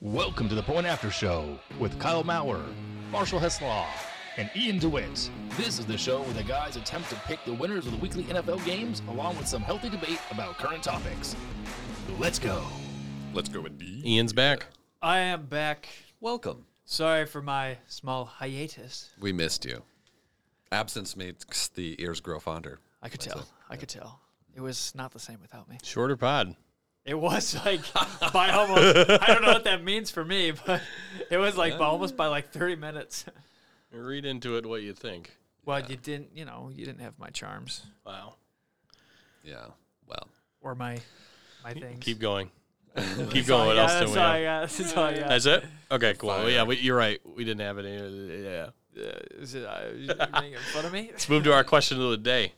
Welcome to the Point After Show with Kyle Maurer, Marshall Heslaw, and Ian DeWitt. This is the show where the guys attempt to pick the winners of the weekly NFL games along with some healthy debate about current topics. Let's go. Let's go with D. Ian's back. I am back. Welcome. Sorry for my small hiatus. We missed you. Absence makes the ears grow fonder. I could tell. I could tell. It was not the same without me. Shorter pod. It was like by almost. I don't know what that means for me, but it was like by almost by like thirty minutes. Read into it what you think. Well, you didn't. You know, you didn't have my charms Wow. Yeah. Well, or my my things. Keep going. Keep That's all going. What I else got, do we That's all I have? got. That's all I got. That's it? Okay, cool. Well, yeah, we, you're right. We didn't have any. Yeah. Uh, is it, uh, you making fun of me? Let's move to our question of the day.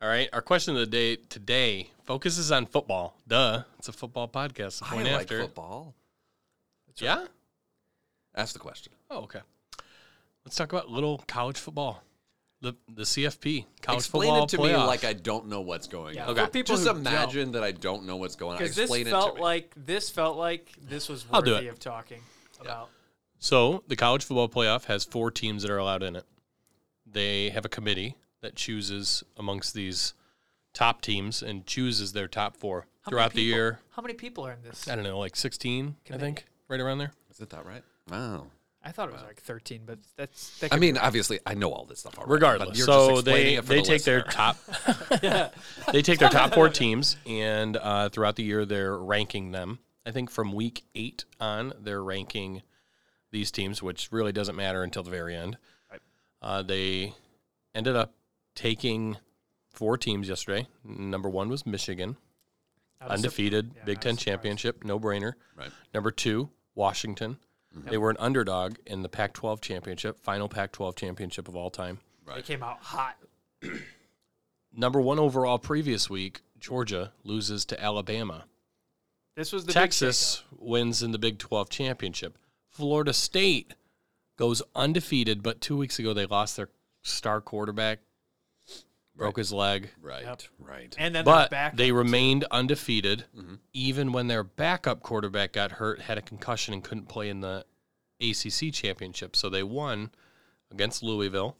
All right. Our question of the day today focuses on football. Duh. It's a football podcast. The I point like after. football. Yeah? Ask the question. Oh, okay. Let's talk about little college football. The the CFP, college Explain football it to me playoff. like I don't know what's going Yeah, on. for people Just who don't. imagine that I don't know what's going on. Because this Explain it felt to me. like this felt like this was I'll do worthy it. of talking about. So the college football playoff has four teams that are allowed in it. They have a committee that chooses amongst these top teams and chooses their top four How many throughout the people- year. How many people are in this? I don't know, like sixteen, I think, right around there. Is it that right? Wow. I thought it was like thirteen, but that's that I mean, obviously, I know all this stuff already. but Regardless, you're so just explaining they it for they the take their listener. top they take their top four teams, and uh, throughout the year they're ranking them. I think from week eight on, they're ranking these teams, which really doesn't matter until the very end. Uh, they ended up taking four teams yesterday. Number one was Michigan, I was surprised. undefeated, yeah, Big I was Ten surprised. championship, no brainer. Right. Number two, Washington. They were an underdog in the Pac 12 championship, final Pac 12 championship of all time. They came out hot. Number one overall previous week, Georgia loses to Alabama. This was the big Texas wins in the Big 12 championship. Florida State goes undefeated, but two weeks ago they lost their star quarterback, broke his leg. Right. Yep. Right. shakeup. and then But they're back. they remained undefeated, even when their backup quarterback got hurt, had a concussion, and couldn't play in the ACC championship. So they won against Louisville,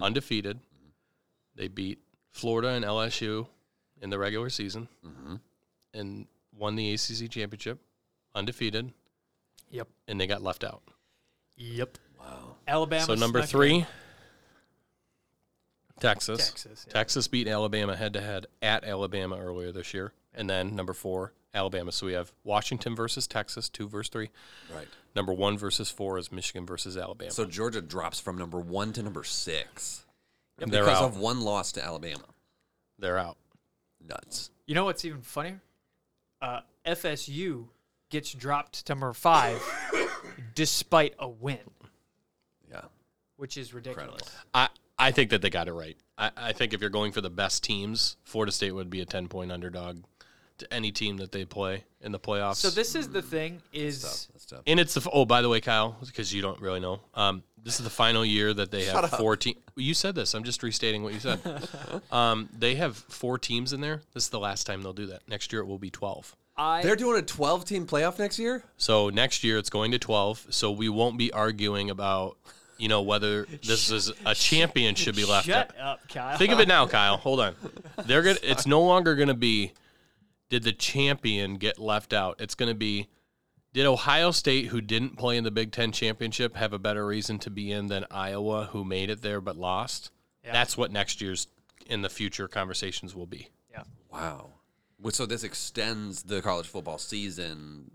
undefeated. They beat Florida and LSU in the regular season and won the ACC championship, undefeated, yep, and they got left out. yep. Wow. Alabama. so number snuck in. three, Texas. Texas, yeah. Texas beat Alabama head to head at Alabama earlier this year, and then number four, Alabama. So we have Washington versus Texas, two versus three. Right. Number one versus four is Michigan versus Alabama. So Georgia drops from number one to number six they're because out. of one loss to Alabama. They're out. Nuts. You know what's even funnier? Uh, FSU gets dropped to number five despite a win, Yeah. which is ridiculous. Incredible. I, I think that they got it right. I, I think if you're going for the best teams, Florida State would be a ten point underdog to any team that they play in the playoffs. So this is the thing: Mm. is That's tough. And it's the f- oh by the way, Kyle, because you don't really know. Um, this is the final year that they have four teams. You said this. I'm just restating what you said. um, they have four teams in there. This is the last time they'll do that. Next year it will be twelve. I They're doing a 12 team playoff next year? So next year it's going to twelve. So we won't be arguing about you know whether this is a champion should be left. shut out. up, Kyle. Think of it now, Kyle. Hold on. They're gonna. It's no longer gonna be. Did the champion get left out? It's gonna be. Did Ohio State, who didn't play in the Big Ten championship, have a better reason to be in than Iowa, who made it there but lost? That's what next year's in the future conversations will be. yeah. Wow. Well, So this extends the college football season,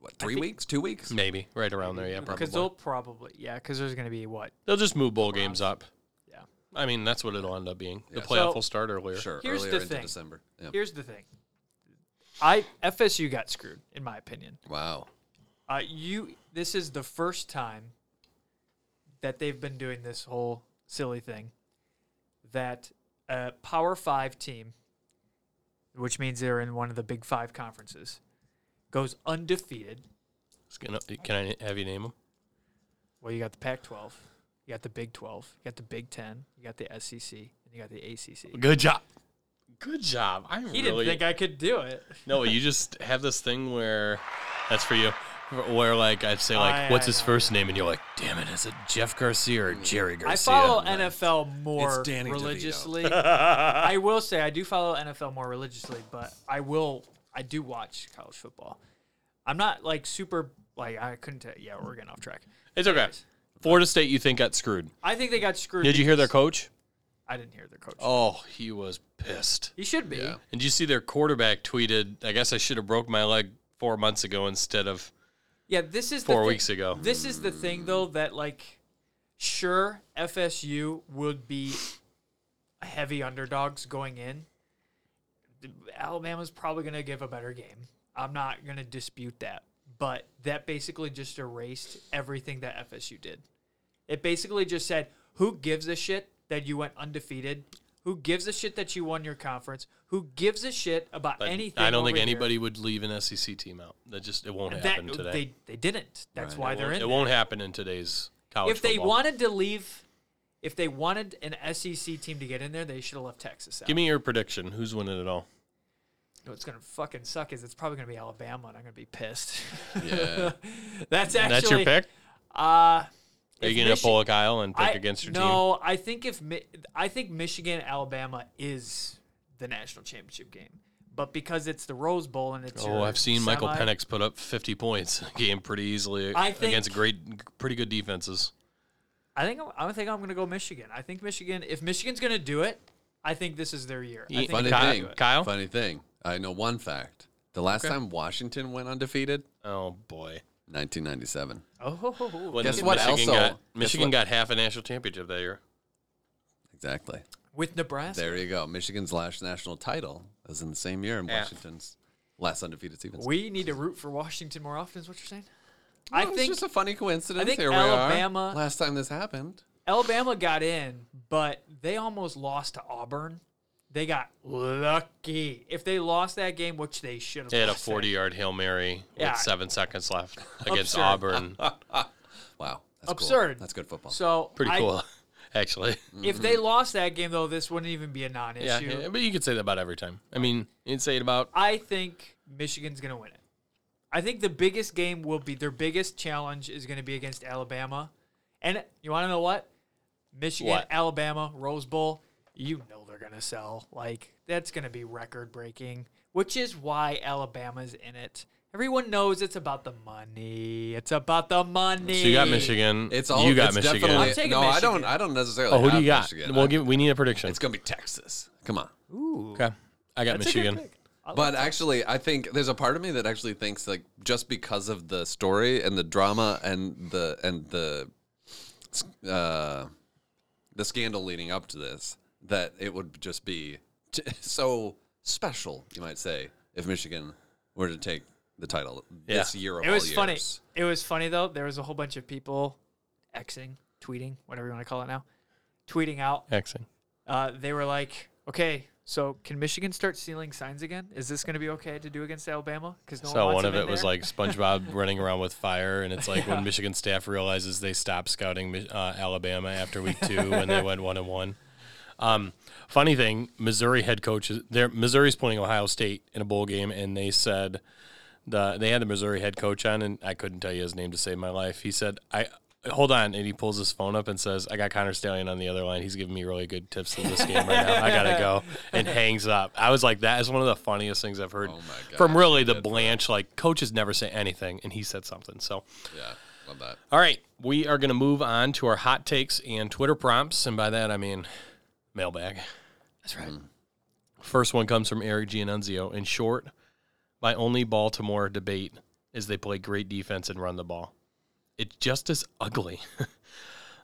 what, three weeks? Two Mm. weeks? Maybe right around there. Yeah, probably. Because they'll probably yeah, because there's going to be what They'll just move bowl games up. yeah. I mean, that's what it'll end up being. The playoff So- will start earlier. Sure. Here's earlier the into thing. December. Yeah. Here's the thing: I FSU got screwed, in my opinion. Wow. Uh, you. This is the first time that they've been doing this whole silly thing that a Power Five team, which means they're in one of the Big Five conferences, goes undefeated. It's gonna- Can I have you name them? Well, you got the Pac-12, you got the Big 12, you got the Big Ten, you got the SEC, and you got the ACC. Good job. Good job. I He really didn't think I could do it. No, you just have this thing where that's for you. where like I'd say like, I- what's I his know. Mm. first name, and you're like, damn it, is it Jeff Garcia or Jerry Garcia? I follow I'm like, NFL more It's Danny DeVito. religiously. I will say I do follow NFL more religiously, but I will I do watch college football. I'm not like super like I couldn't tell. Yeah, we're getting off track. It's okay. Florida State, you think got screwed? I think they got screwed. Did you hear their coach? because- I didn't hear their coach. Oh, he was pissed. He should be. And did you see their quarterback tweeted, I guess I should have broke my leg four months ago instead of Yeah, this is the four thing- weeks ago. This is the thing though that like sure FSU would be heavy underdogs going in. Alabama's probably going to give a better game. I'm not going to dispute that. But that basically just erased everything that FSU did. It basically just said, who gives a shit that you went undefeated? Who gives a shit that you won your conference? Who gives a shit about But anything? I don't think over here? anybody would leave an SEC team out. That just it won't that happen today. they they didn't. That's why they're in. it there won't happen in today's college. if they football. wanted to leave, if they wanted an SEC team to get in there, they should have left Texas out. give me your prediction. Who's winning it all? What's gonna fucking suck is it's probably gonna be Alabama, and I'm gonna be pissed. Yeah. That's actually That's your pick. Uh, Are if you going to Michi- pull a Kyle and pick I- against your team? No, I think if Mi- I think Michigan Alabama is the national championship game, but because it's the Rose Bowl and it's Oh, your I've seen Michael semi- Penix put up 50 points in a game pretty easily I think- against great, pretty good defenses. I think I'm, I think I'm gonna go Michigan. I think Michigan. If Michigan's gonna do it, I think this is their year. I think Funny they can thing, do it. Kyle? Funny thing. I know one fact. The last time Washington went undefeated, Oh boy! 1997. Oh, When Guess what Michigan also- got guess Michigan what- got half a national championship that year. Exactly. with Nebraska. There you go. Michigan's last national title was in the same year, and Yeah. Washington's last undefeated season. We need to root for Washington more often. Is what you're saying? I Well, it's think just a funny coincidence. I think Here we Alabama- are. Last time this happened, Alabama got in, but they almost lost to Auburn. They got lucky. If they lost that game, which they should have, They had a lost that- 40 yard hail mary Yeah. with seven seconds left against Absurd. Auburn. wow, that's cool. Absurd. That's good football. So Pretty I- cool, actually. If they lost that game, though, this wouldn't even be a non-issue. Yeah, yeah, but you could say that about every time. I mean, you can say it about I think Michigan's going to win it. I think the biggest game will be their biggest challenge is going to be against Alabama. And you want to know what? Michigan, What? Alabama, Rose Bowl, you know they're going to sell. Like, that's going to be record breaking, which is why Alabama's in it. Everyone knows it's about the money. It's about the money. so you got Michigan. it's all. you got it's Michigan. Definitely, I'm taking no, I don't. Michigan. I don't necessarily. Oh, who do have you got? Michigan. Well, I- give, we need a prediction. it's gonna be Texas. Come on. Ooh, okay, I got that's a good Michigan. pick. I But like actually, I think there's a part of me that actually thinks like just because of the story and the drama and the and the uh, the scandal leading up to this, that it would just be t- so special, you might say, if Michigan were to take the title this Yeah. year. Of it all was funny. years. It was funny though. There was a whole bunch of people xing, tweeting, whatever you want to call it now, tweeting out. Excellent. Uh, they were like, "Okay, so can Michigan start stealing signs again? Is this going to be okay to do against Alabama? Because no one So wants one of them in it was there." like SpongeBob running around with fire, and it's like when Michigan staff realizes they stopped scouting Mi- uh, Alabama after week two when they went one and one. Um, funny thing, Missouri head coaches, they're, Missouri's playing Ohio State in a bowl game, and they said the they had the Missouri head coach on, and I couldn't tell you his name to save my life. He said, "I hold on," and he pulls his phone up and says, "I got Connor Stallion on the other line. He's giving me really good tips in this game right now. I gotta go," and hangs up. I was like, "That is one of the funniest things I've heard my from gosh, really the Blanche. Like coaches never say anything, and he said something. So, Yeah, love that. all right, we are gonna move on to our hot takes and Twitter prompts, and by that I mean mailbag. "That's right." First one comes from Eric Giannunzio. In short, my only Baltimore debate is they play great defense and run the ball. It just is ugly.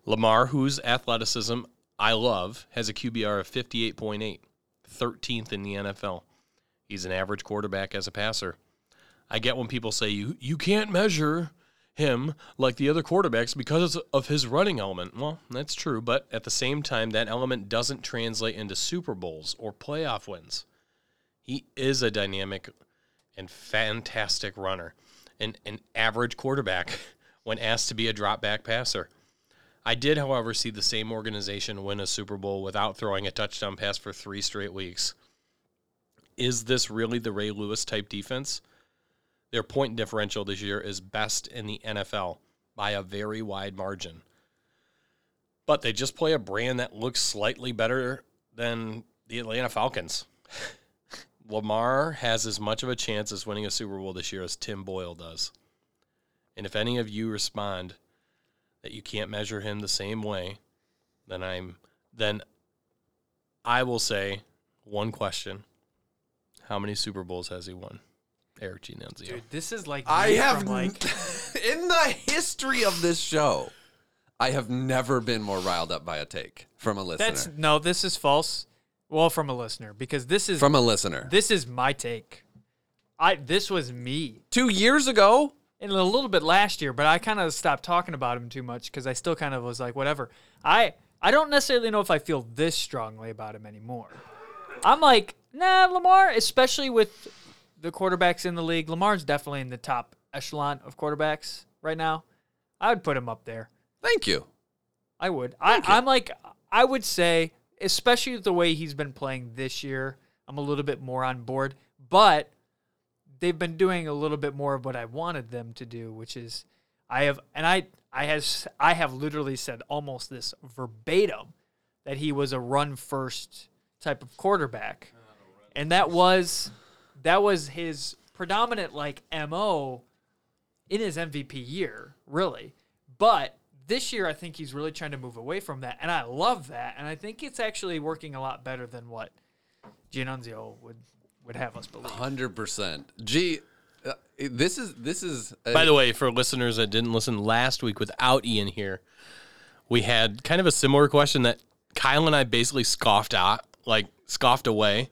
Lamar, whose athleticism I love, has a QBR of 58.8, 13th in the NFL. He's an average quarterback as a passer. I get when people say you you can't measure him like the other quarterbacks because of his running element. Well, that's true, but at the same time, that element doesn't translate into Super Bowls or playoff wins. He is a dynamic and fantastic runner and an average quarterback when asked to be a drop back passer. I did, however, see the same organization win a Super Bowl without throwing a touchdown pass for three straight weeks. Is this really the Ray Lewis type defense? Their point differential this year is best in the NFL by a very wide margin. But they just play a brand that looks slightly better than the Atlanta Falcons. Lamar has as much of a chance as winning a Super Bowl this year as Tim Boyle does. And if any of you respond that you can't measure him the same way, then I'm then I will say one question. How many Super Bowls has he won? Eric Genanzio. Dude, this is like I me have from, n- like in the history of this show, I have never been more riled up by a take from a listener. that's no. This is false. Well, from a listener because this is from a listener. this is my take. I this was me Two years ago, and a little bit last year, but I kind of stopped talking about him too much because I still kind of was like whatever. I I don't necessarily know if I feel this strongly about him anymore. I'm like nah, Lamar, especially with the quarterbacks in the league. Lamar's definitely in the top echelon of quarterbacks right now. I would put him up there. thank you. I would. I, I'm like, I would say, especially the way he's been playing this year, I'm a little bit more on board. But they've been doing a little bit more of what I wanted them to do, which is I have, and I, I has, I have literally said almost this verbatim that he was a run first type of quarterback, and that was, that was his predominant like mo in his MVP year, really. But this year, I think he's really trying to move away from that, and I love that. And I think it's actually working a lot better than what Giannunzio would would have us believe. Hundred percent. Gee, uh, this is this is. A, By the way, for listeners that didn't listen last week without Ian here, we had kind of a similar question that Kyle and I basically scoffed at, like scoffed away.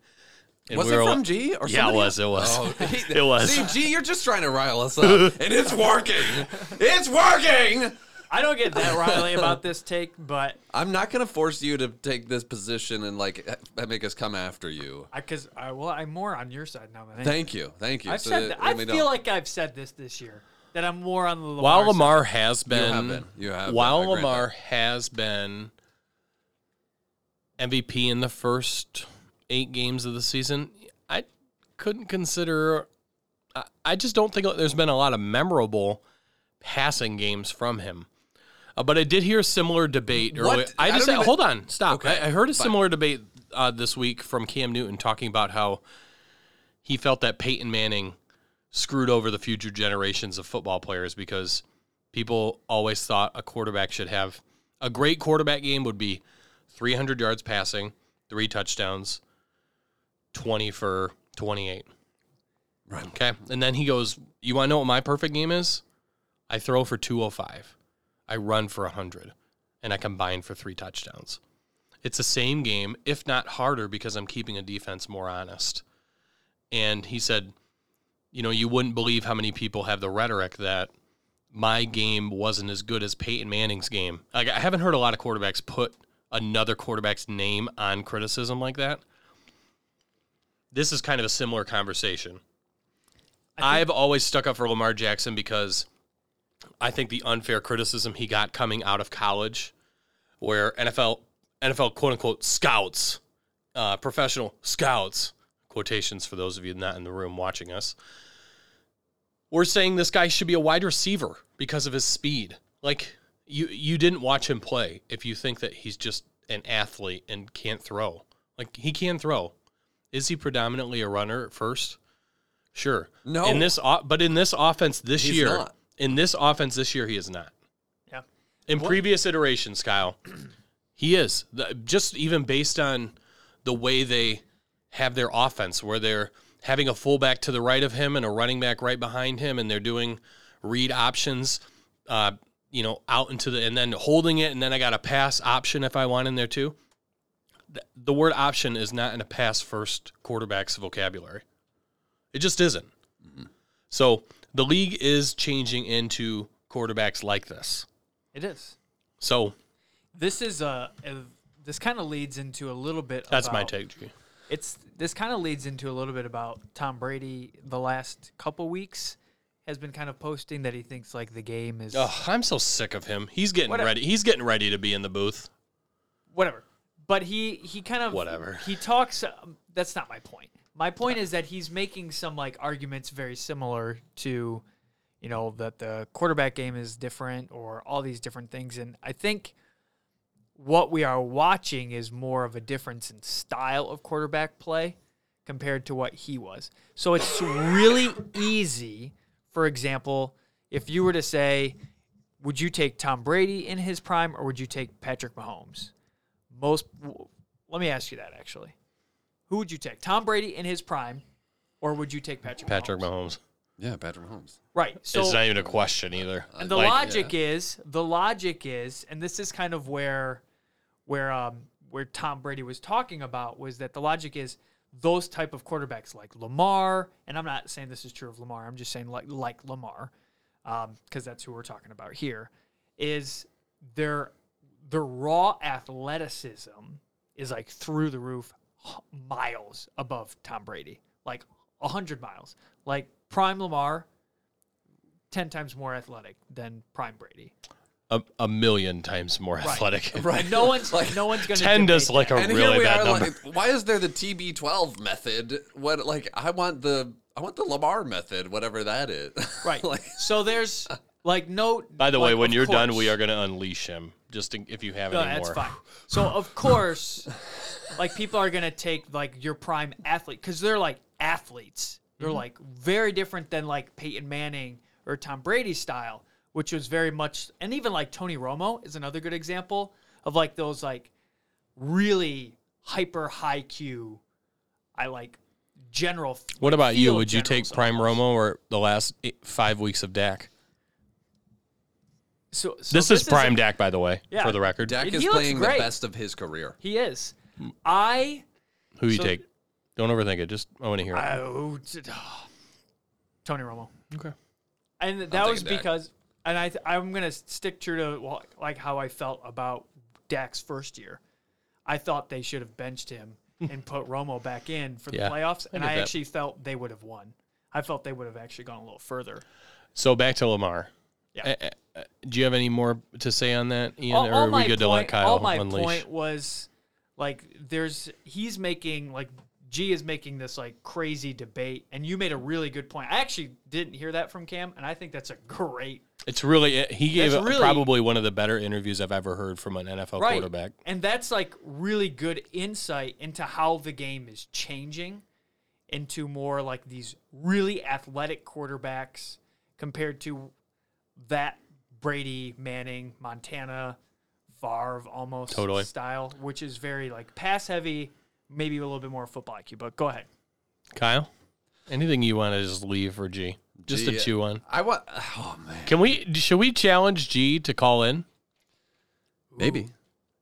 And was we it were from like- G or Yeah, it somebody was. It else? was. Oh, he- it was. See, G, you're just trying to rile us up, and it's working. It's working. I don't get that Riley about this take, but I'm not gonna force you to take this position and like uh, make us come after you. I because I well I'm more on your side now than anything. Thank you, thank you. I've So said that that, I we feel don't- like I've said this this year that I'm more on the Lamar while side. Lamar has been, have been. You have been. I while grant Lamar has been MVP in the first eight games of the season, I couldn't consider. I, I just don't think there's been a lot of memorable passing games from him. Uh, but I did hear a similar debate What? earlier. I I just don't even- hold on, stop. Okay, I, I heard a fine. similar debate uh, this week from Cam Newton talking about how he felt that Peyton Manning screwed over the future generations of football players because people always thought a quarterback should have a great quarterback game would be 300 yards passing, three touchdowns, 20 for 28. Right. Okay. And then he goes, You want to know what my perfect game is? I throw for 205, I run for 100, and I combine for three touchdowns. It's the same game, if not harder, because I'm keeping a defense more honest. And he said, You know, you wouldn't believe how many people have the rhetoric that my game wasn't as good as Peyton Manning's game. Like, I haven't heard a lot of quarterbacks put another quarterback's name on criticism like that. This is kind of a similar conversation. I've always stuck up for Lamar Jackson because I think the unfair criticism he got coming out of college, where NFL NFL quote unquote scouts, uh, professional scouts quotations for those of you not in the room watching us, were saying this guy should be a wide receiver because of his speed. Like you you didn't watch him play if you think that he's just an athlete and can't throw. Like he can throw. Is he predominantly a runner at first? Sure. No. In this, o- but in this offense this He's year, not. in this offense this year, he is not. Yeah. In previous iterations, Kyle, he is. The- just even based on the way they have their offense, where they're having a fullback to the right of him and a running back right behind him, and they're doing read options, uh, you know, out into the, and then holding it, and then I got a pass option if I want in there too. Th- The word option is not in a pass first quarterback's vocabulary. It just isn't. So the league is changing into quarterbacks like this. it is. So This is a, a this kind of leads into a little bit. that's my about- take, G. it's this kind of leads into a little bit about Tom Brady the last couple weeks has been kind of posting that he thinks like the game is Ugh, I'm so sick of him. He's getting Whatever. ready. He's getting ready to be in the booth. whatever. But he he kind of Whatever. he talks um, that's not my point. My point is that he's making some like arguments very similar to, you know, that the quarterback game is different or all these different things. And I think what we are watching is more of a difference in style of quarterback play compared to what he was. So it's really easy, for example, if you were to say, would you take Tom Brady in his prime or would you take Patrick Mahomes? Most w- let me ask you that actually. Who would you take? Tom Brady in his prime or would you take Patrick Patrick Mahomes. Mahomes? Yeah, Patrick Mahomes. Right. So it's not even a question either. and the Like, logic is the logic is, and this is kind of where where um where Tom Brady was talking about was that the logic is those type of quarterbacks like Lamar, and I'm not saying this is true of Lamar. I'm just saying like like Lamar, because that's who we're talking about here. Is their their raw athleticism is like through the roof, h- miles above Tom Brady, like hundred miles. Like prime Lamar, 10 times more athletic than prime Brady. a, a million times more athletic. And no one's Like, no one's going to Ten does like a And here Oh, really we bad are. number. Like, why is there the TB12 method? What like I want the I want the Lamar method, whatever that is. right. like, so there's like no By the way, like, when of you're done, course- we are going to unleash him. Just in, if you have No, any that's more. fine. So of course, like people are gonna take like your prime athlete because they're like athletes. They're Mm-hmm. like very different than like Peyton Manning or Tom Brady style, which was very much, and even like Tony Romo is another good example of like those like really hyper high Q. I like general. What like, about you? field Would you generals take Prime almost. Romo or the last eight, five weeks of Dak? So, so This, is Prime a- Dak, by the way, Yeah. for the record. Dak He is looks playing the great. best of his career. He is. Mm. I Who you So- take? Don't overthink it. Just I want to hear it. Oh, t- Tony Romo. Okay. And that was Dak. because, and I, th- I'm gonna stick true to wha- like how I felt about Dak's first year. I thought they should have benched him and put Romo back in for the Yeah, playoffs, and get I that. actually felt they would have won. I felt they would have actually gone a little further. So back to Lamar. Uh, Yeah. uh, uh, do you have any more to say on that, Ian, all, or all are we my good point, to let Kyle all my unleash? point was like there's he's making like G is making this like crazy debate, and you made a really good point. I actually didn't hear that from Cam, and I think that's a great It's really it- he gave That's really- probably one of the better interviews I've ever heard from an NFL right. quarterback. And that's like really good insight into how the game is changing into more like these really athletic quarterbacks compared to that Brady, Manning, Montana, Favre almost Totally. style, which is very like pass heavy, maybe a little bit more football IQ. But go ahead. Kyle, anything you want to just leave for G? uh, Just G- a chew on. I want. Oh man, Can we? Should we challenge G to call in? maybe.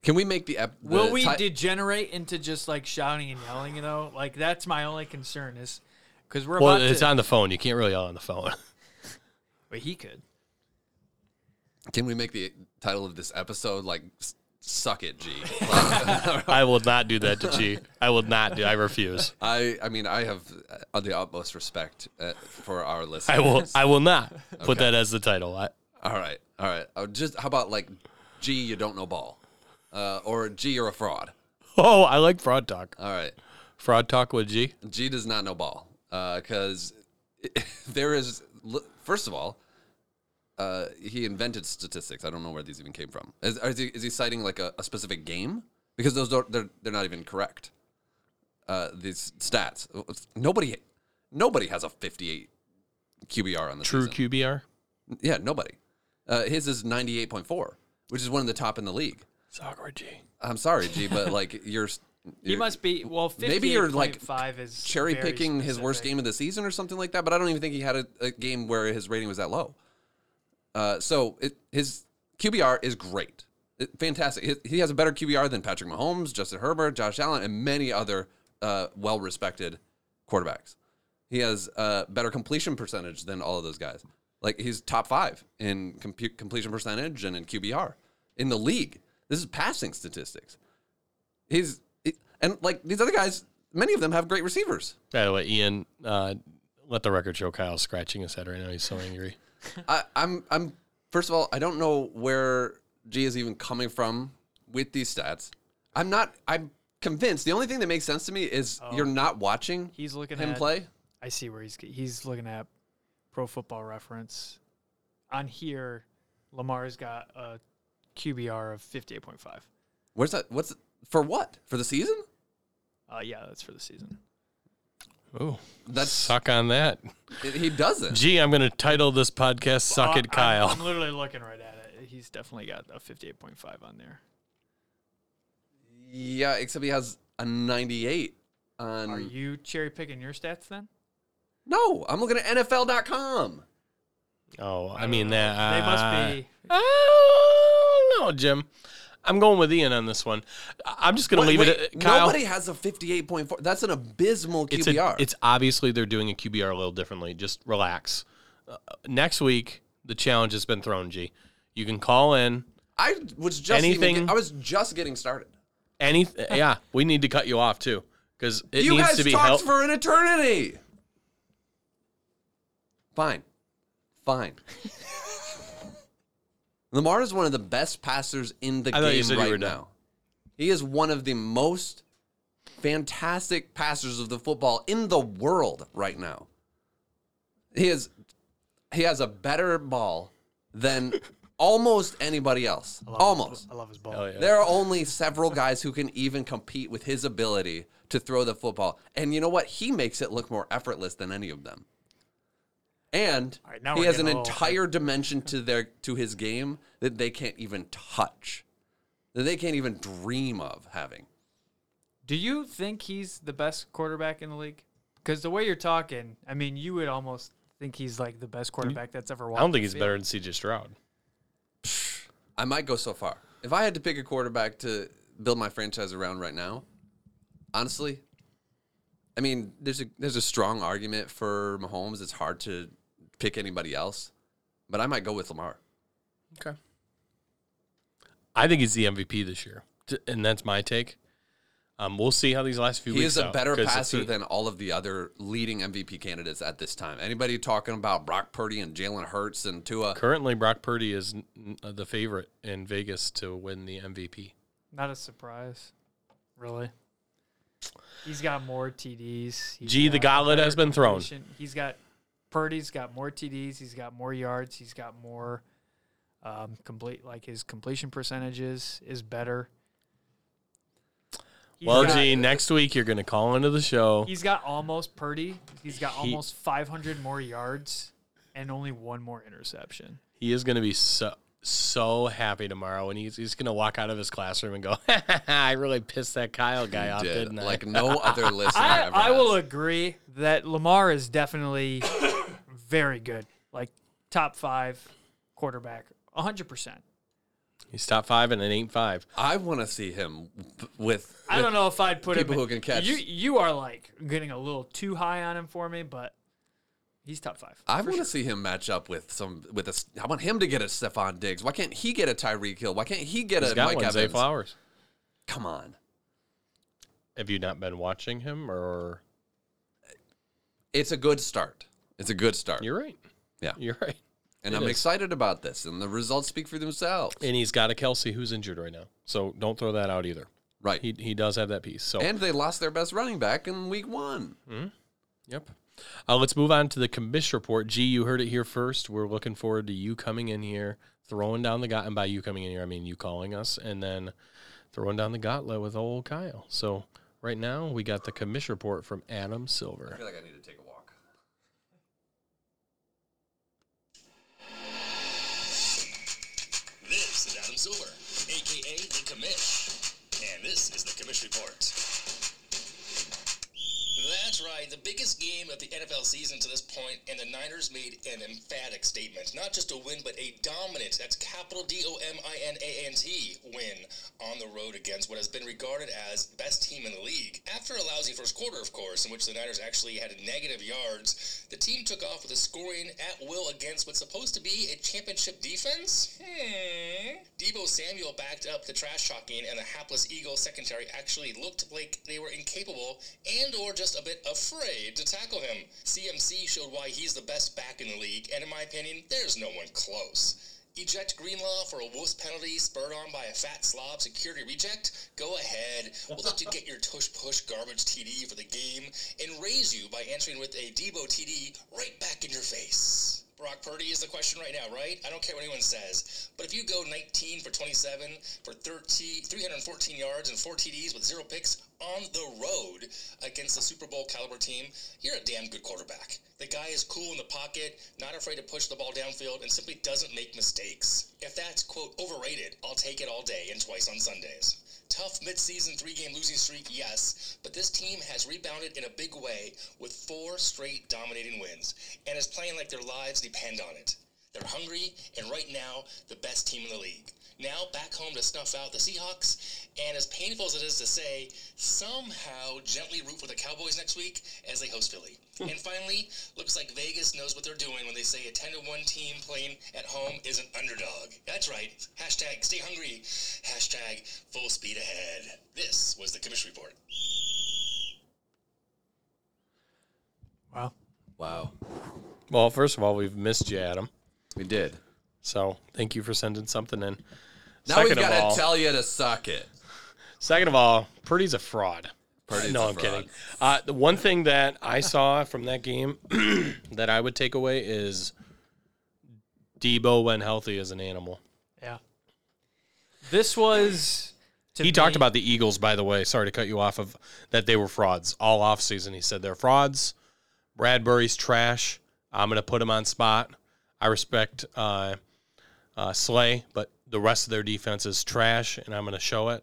Can we make the? ep- the Will we ti- degenerate into just like shouting and yelling? You know, like that's my only concern is because we're Well, about it's to. on the phone. You can't really yell on the phone. but he could. Can we make the title of this episode like s- "Suck It, G"? Like, I will not do that to G. I will not do. I refuse. I I mean I have uh, the utmost respect uh, for our listeners. I will. I will not put that as the title. I, All right, all right. Uh, just how about like G, you don't know ball, uh, or G, you're a fraud. oh, I like fraud talk. All right, Fraud talk with G. G does not know ball because there is l- first of all. Uh, he invented statistics. I don't know where these even came from. Is, is, he, is he citing like a, a specific game? Because those don't, they're they're not even correct. Uh, these stats. uh, Nobody nobody has a 58 QBR on the True season. QBR. Yeah, nobody. Uh, his is 98.4, which is one of the top in the league. Soccer G. I'm sorry, G, but like you're, He you're must be well. 58.5 Maybe you're, like, is cherry very picking his worst specific. game of the season or something like that. But I don't even think he had a, a game where his rating was that low. Uh, so it, his QBR is great, It- fantastic. He- He has a better QBR than Patrick Mahomes, Justin Herbert, Josh Allen, and many other uh, well-respected quarterbacks. He has a better completion percentage than all of those guys. Like he's top five in compu completion percentage and in QBR in the league. This is passing statistics. He's he- and like these other guys, many of them have great receivers. By the way, Ian, uh, let the record show Kyle's scratching his head right now. He's so angry. I, I'm I'm first of all, I don't know where G is even coming from with these stats. I'm not I'm convinced. The only thing that makes sense to me is you're not watching Oh. He's looking him at play. I see where he's he's looking at Pro Football Reference. On here, Lamar's got a QBR of fifty eight point five. Where's that? What's for what? For the season? Uh, yeah, that's for the season. Oh, That's suck on that. he doesn't. Gee, I'm going to title this podcast "Suck Uh, It, Oh, I'm- Kyle." I'm, literally looking right at it. He's definitely got a fifty eight point five on there. Yeah, except he has a 98 on. Are you cherry picking your stats then? No, I'm looking at NFL.com. oh, I mean that uh, They Uh, must be. Oh no, Jim. I'm going with Ian on this one. I- I'm just going to Wait, leave wait, it. At, Kyle, Nobody has a 58.4. That's an abysmal it's QBR. A, it's obviously they're doing a QBR a little differently. Just relax. Uh, next week, the challenge has been thrown. G, you can call in I was just anything- Even, I was just getting started. any. yeah, we need to cut you off too because it you needs guys to be talked helped. for an eternity. Fine, fine. Lamar is one of the best passers in the I thought you game said you right were now. done. He is one of the most fantastic passers of the football in the world right now. He is he has a better ball than almost anybody else. Almost. I love his ball. Hell yeah. There are only several guys who can even compete with his ability to throw the football. And you know what? He makes it look more effortless than any of them. And All right, now he we're has an getting a little- entire dimension to their to his game that they can't even touch. That they can't even dream of having. Do you think he's the best quarterback in the league? Because the way you're talking, I mean, you would almost think he's like the best quarterback that's ever walked. I don't think the he's field. better than CJ Stroud. I might go so far. If I had to pick a quarterback to build my franchise around right now, honestly, I mean, there's a there's a strong argument for Mahomes. It's hard to pick anybody else, but I might go with Lamar. Okay. I think he's the MVP this year, T- and that's my take. Um, we'll see how these last few He weeks. is a out, better 'cause it's- passer than all of the other leading MVP candidates at this time. Anybody talking about Brock Purdy and Jalen Hurts and Tua? currently Brock Purdy is n- n- uh, the favorite in Vegas to win the MVP. Not a surprise, really. He's got more TDs. He's Gee, the got gauntlet better has been thrown. completion. He's got Purdy's got more TDs. He's got more yards. He's got more um, complete. Like his completion percentages is better. He's well, got- Gene, next week you're going to call into the show. He's got almost Purdy. He's got He- almost 500 more yards and only one more interception. He is going to be so so happy tomorrow, and he's he's going to walk out of his classroom and go, "I really pissed that Kyle guy off, Did, didn't I?" like no other listener I, ever. I will has. agree that Lamar is definitely very good, like top five quarterback, 100%. he's top five and an eight five. I want to see him p- with. I don't know if I'd put people him. who can catch. You you are like getting a little too high on him for me, but he's top five. I want to see him match up with some with a. I want him to get a Stephon Diggs. Why can't he get a Tyreek Hill? Why can't he get He's a got Mike one, Zay Evans? Flowers. Come on, Have you not been watching him, or it's a good start. It's a good start, you're right? Yeah. you're right. and it I'm is. excited about this. And the results speak for themselves, And he's got a Kelsey who's injured right now, so don't throw that out either. right? He he does have that piece. So and they lost their best running back in week one. Yep. Uh, let's move on to the commish report. G, you heard it here first. We're looking forward to you coming in here, throwing down the got, and by you coming in here, I mean you calling us, and then throwing down the gauntlet with old Kyle. So right now we got the commish report from Adam Silver. feel like I need to take a walk. This is Adam Silver, aka the Commish, and this is the Commish Report. That's right, the biggest game of the NFL season to this point, and the Niners made an emphatic statement. Not just a win, but a dominant, that's capital D O M I N A N T, win on the road against what has been regarded as best team in the league. After a lousy first quarter, of course, in which the Niners actually had negative yards, the team took off with a scoring at will against what's supposed to be a championship defense? Hmm. Debo Samuel backed up the trash talking, and the hapless Eagles secondary actually looked like they were incapable and or just a bit afraid to tackle him. CMC showed why he's the best back in the league, and in my opinion, there's no one close. Eject Greenlaw for a wuss penalty spurred on by a fat slob security reject? Go ahead. We'll let you get your tush push garbage TD for the game and raise you by answering with a Debo TD right back in your face. Brock Purdy is the question right now, right? I don't care what anyone says. But if you go 19 for 27 for 30, 314 yards and four TDs with zero picks on the road against the Super Bowl caliber team, you're a damn good quarterback. The guy is cool in the pocket, not afraid to push the ball downfield, and simply doesn't make mistakes. If that's, quote, overrated, I'll take it all day and twice on Sundays. Tough midseason three game losing streak, yes, but this team has rebounded in a big way with four straight dominating wins and is playing like their lives depend on it. They're hungry and right now the best team in the league. Now back home to snuff out the Seahawks, and as painful as it is to say, somehow gently root for the Cowboys next week as they host Philly. and finally, looks like Vegas knows what they're doing when they say a 10 to 1 team playing at home is an underdog. That's right. Hashtag stay hungry. Hashtag full speed ahead. This was the Commission Report. Wow. Wow. Well, first of all, we've missed you, Adam. We did. So thank you for sending something in. Now Second we've of got all- to tell you to suck it. Second of all, Purdy's a fraud. Purdy's no, a I'm fraud. kidding. Uh, the one thing that I saw from that game that I would take away is Debo, when healthy, is an animal. Yeah. This was. to He talked me- about the Eagles, by the way. Sorry to cut you off of that. They were frauds all offseason. He said they're frauds. Bradbury's trash. I'm going to put him on spot. I respect uh, uh, Slay, but the rest of their defense is trash, and I'm going to show it.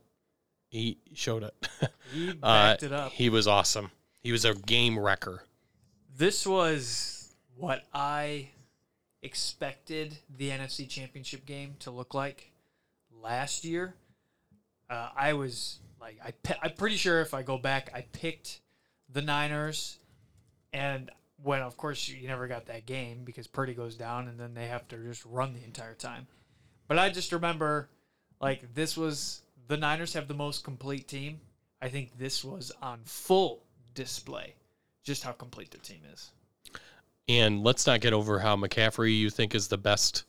He showed it. He Uh, backed it up. He was awesome. He was a game wrecker. this was what I expected the NFC Championship game to look like last year. Uh, I was like, I pe- I'm pretty sure if I go back, I picked the Niners, and when of course you never got that game because Purdy goes down, and then they have to just run the entire time. But I just remember, like this was the Niners have the most complete team. I think this was on full display just how complete the team is. And let's not get over how McCaffrey you think is the best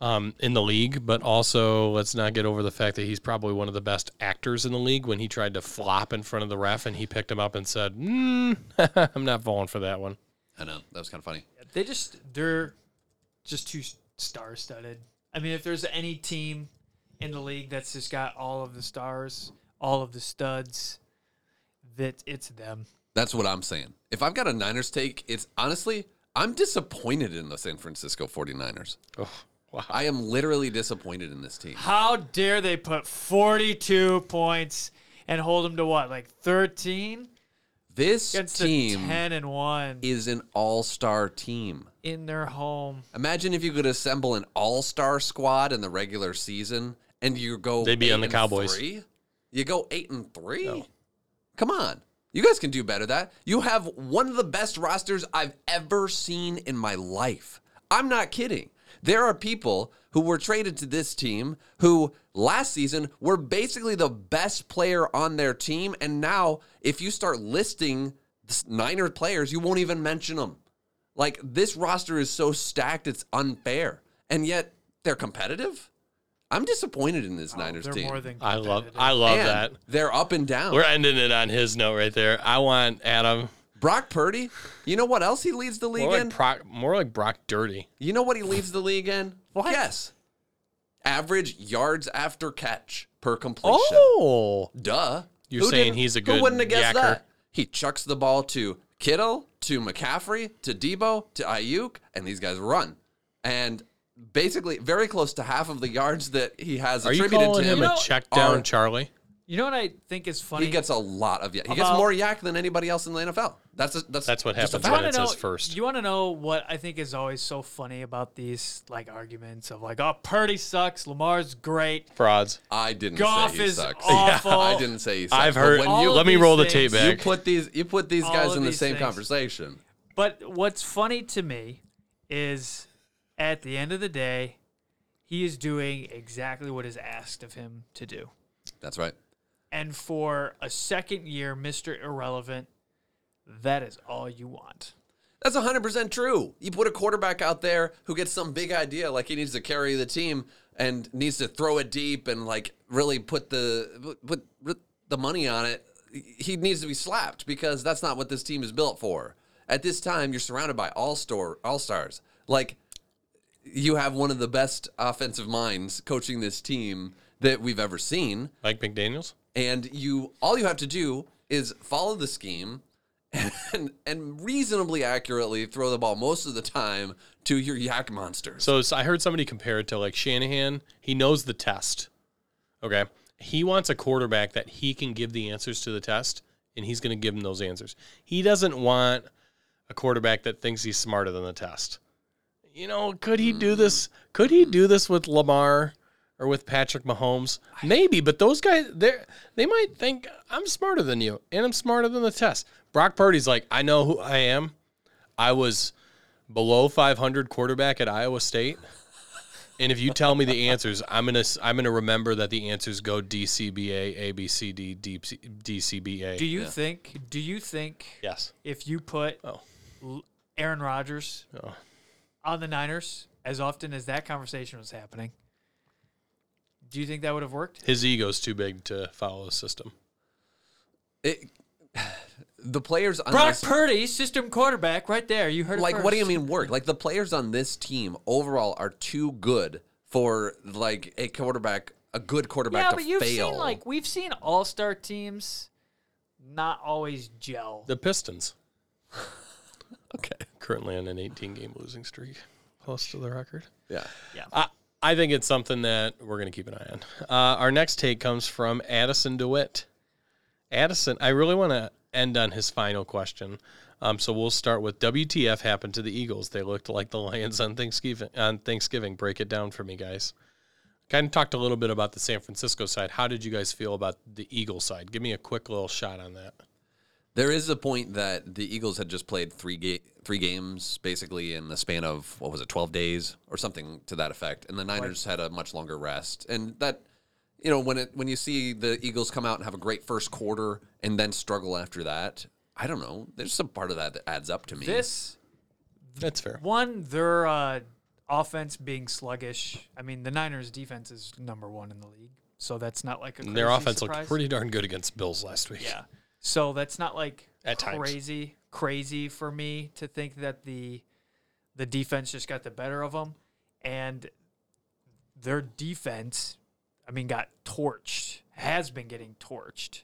um, in the league, but also let's not get over the fact that he's probably one of the best actors in the league when he tried to flop in front of the ref and he picked him up and said, mm, I'm not falling for that one. I know. That was kind of funny. They just they're just too star studded. I mean, if there's any team in the league that's just got all of the stars, all of the studs, that it's them. That's what I'm saying. If I've got a Niners take, it's honestly, I'm disappointed in the San Francisco 49ers. Oh, wow. I am literally disappointed in this team. How dare they put 42 points and hold them to what, like 13 This against a team 10 and one is an all star team. in their home? Imagine if you could assemble an all star squad in the regular season and you go. They'd be eight on the and Cowboys. three? You go eight and three? Come on. You guys can do better than that. You have one of the best rosters I've ever seen in my life. I'm not kidding. There are people who were traded to this team who last season were basically the best player on their team. And now, if you start listing s- Niner players, you won't even mention them. Like, this roster is so stacked, it's unfair. And yet, they're competitive. I'm disappointed in this Niners Oh, They're team. more than I love competitive. I love And that. They're up and down. We're ending it on his note right there. I want Adam Brock Purdy, you know what else he leads the league more like, in? Proc, more like Brock Dirty. you know what he leads the league in? Yes. Average yards after catch per completion. Oh, Duh. You're saying didn't- he's a Who good wouldn't have guessed yacker? that? He chucks the ball to Kittle, to McCaffrey, to Debo, to Ayuk, and these guys run. And basically, very close to half of the yards that he has are you attributed calling to him him. a check down, are- Charlie? You know what I think is funny? he gets a lot of yak. He gets About- more yak than anybody else in the NFL. That's a, that's That's what just a happens fact. when wanna it know, says first. You want to know what I think is always so funny about these like arguments of like, oh, Purdy sucks, Lamar's great, Frauds. I didn't Goff say he is sucks. awful. I didn't say he sucks. I've but heard. when All you, of let me these roll the tape things- you back. put these you put these All guys of in the these same things. conversation. But what's funny to me is at the end of the day, he is doing exactly what is asked of him to do. That's right. And for a second year, Mr. Irrelevant, that is all you want. That's 100% true. You put a quarterback out there who gets some big idea, like he needs to carry the team and needs to throw it deep and like really put the put, put the money on it. He needs to be slapped because that's not what this team is built for. At this time, you're surrounded by all store all stars. Like you have one of the best offensive minds coaching this team that we've ever seen Mike McDaniels. and you all you have to do is follow the scheme and and reasonably accurately throw the ball most of the time to your yak monsters. So, so I heard somebody compare it to like Shanahan. He knows the test. Okay. He wants a quarterback that he can give the answers to the test, and he's going to give him those answers. He doesn't want a quarterback that thinks he's smarter than the test. You know, could he do this? Mm. Could he do this with Lamar or with Patrick Mahomes? Maybe, but those guys, they they might think I'm smarter than you, and I'm smarter than the test. Brock Purdy's like, I know who I am. I was below 500 quarterback at Iowa State. And if you tell me the answers, I'm gonna s- I'm gonna remember that the answers go DCBA ABCD DCBA. Do you think? Do you think yes. if you put Oh. L- Aaron Rodgers Oh. on the Niners as often as that conversation was happening, do you think that would have worked? His ego's too big to follow the system. It, the players on Brock this, Purdy, system quarterback, right there. You heard it like what do you first. mean work? Like the players on this team overall are too good for like a quarterback a good quarterback Yeah, to but you've fail. seen like we've seen all star teams not always gel. The Pistons okay. currently on an 18 game losing streak, close to the record. Yeah. I I think it's something that we're going to keep an eye on. Uh, our next take comes from Addison DeWitt. Addison, I really want to end on his final question. Um, so we'll start with WTF happened to the Eagles? They looked like the Lions on Thanksgiving. On Thanksgiving, break it down for me, guys. Kind of talked a little bit about the San Francisco side. How did you guys feel about the Eagle side? Give me a quick little shot on that. There is a point that the Eagles had just played three ga- three games basically in the span of what was it, twelve days or something to that effect, and the Niners had a much longer rest, and that you know when it when you see the Eagles come out and have a great first quarter and then struggle after that, I don't know. There's some part of that that adds up to me. This That's fair. one, their uh, offense being sluggish. I mean, the Niners' defense is number one in the league, so that's not like a And their crazy offense surprise. looked pretty darn good against Bills last week. Yeah. So that's not like At times. crazy, crazy for me to think that the the defense just got the better of them, and their defense, I mean, got torched. Has been getting torched.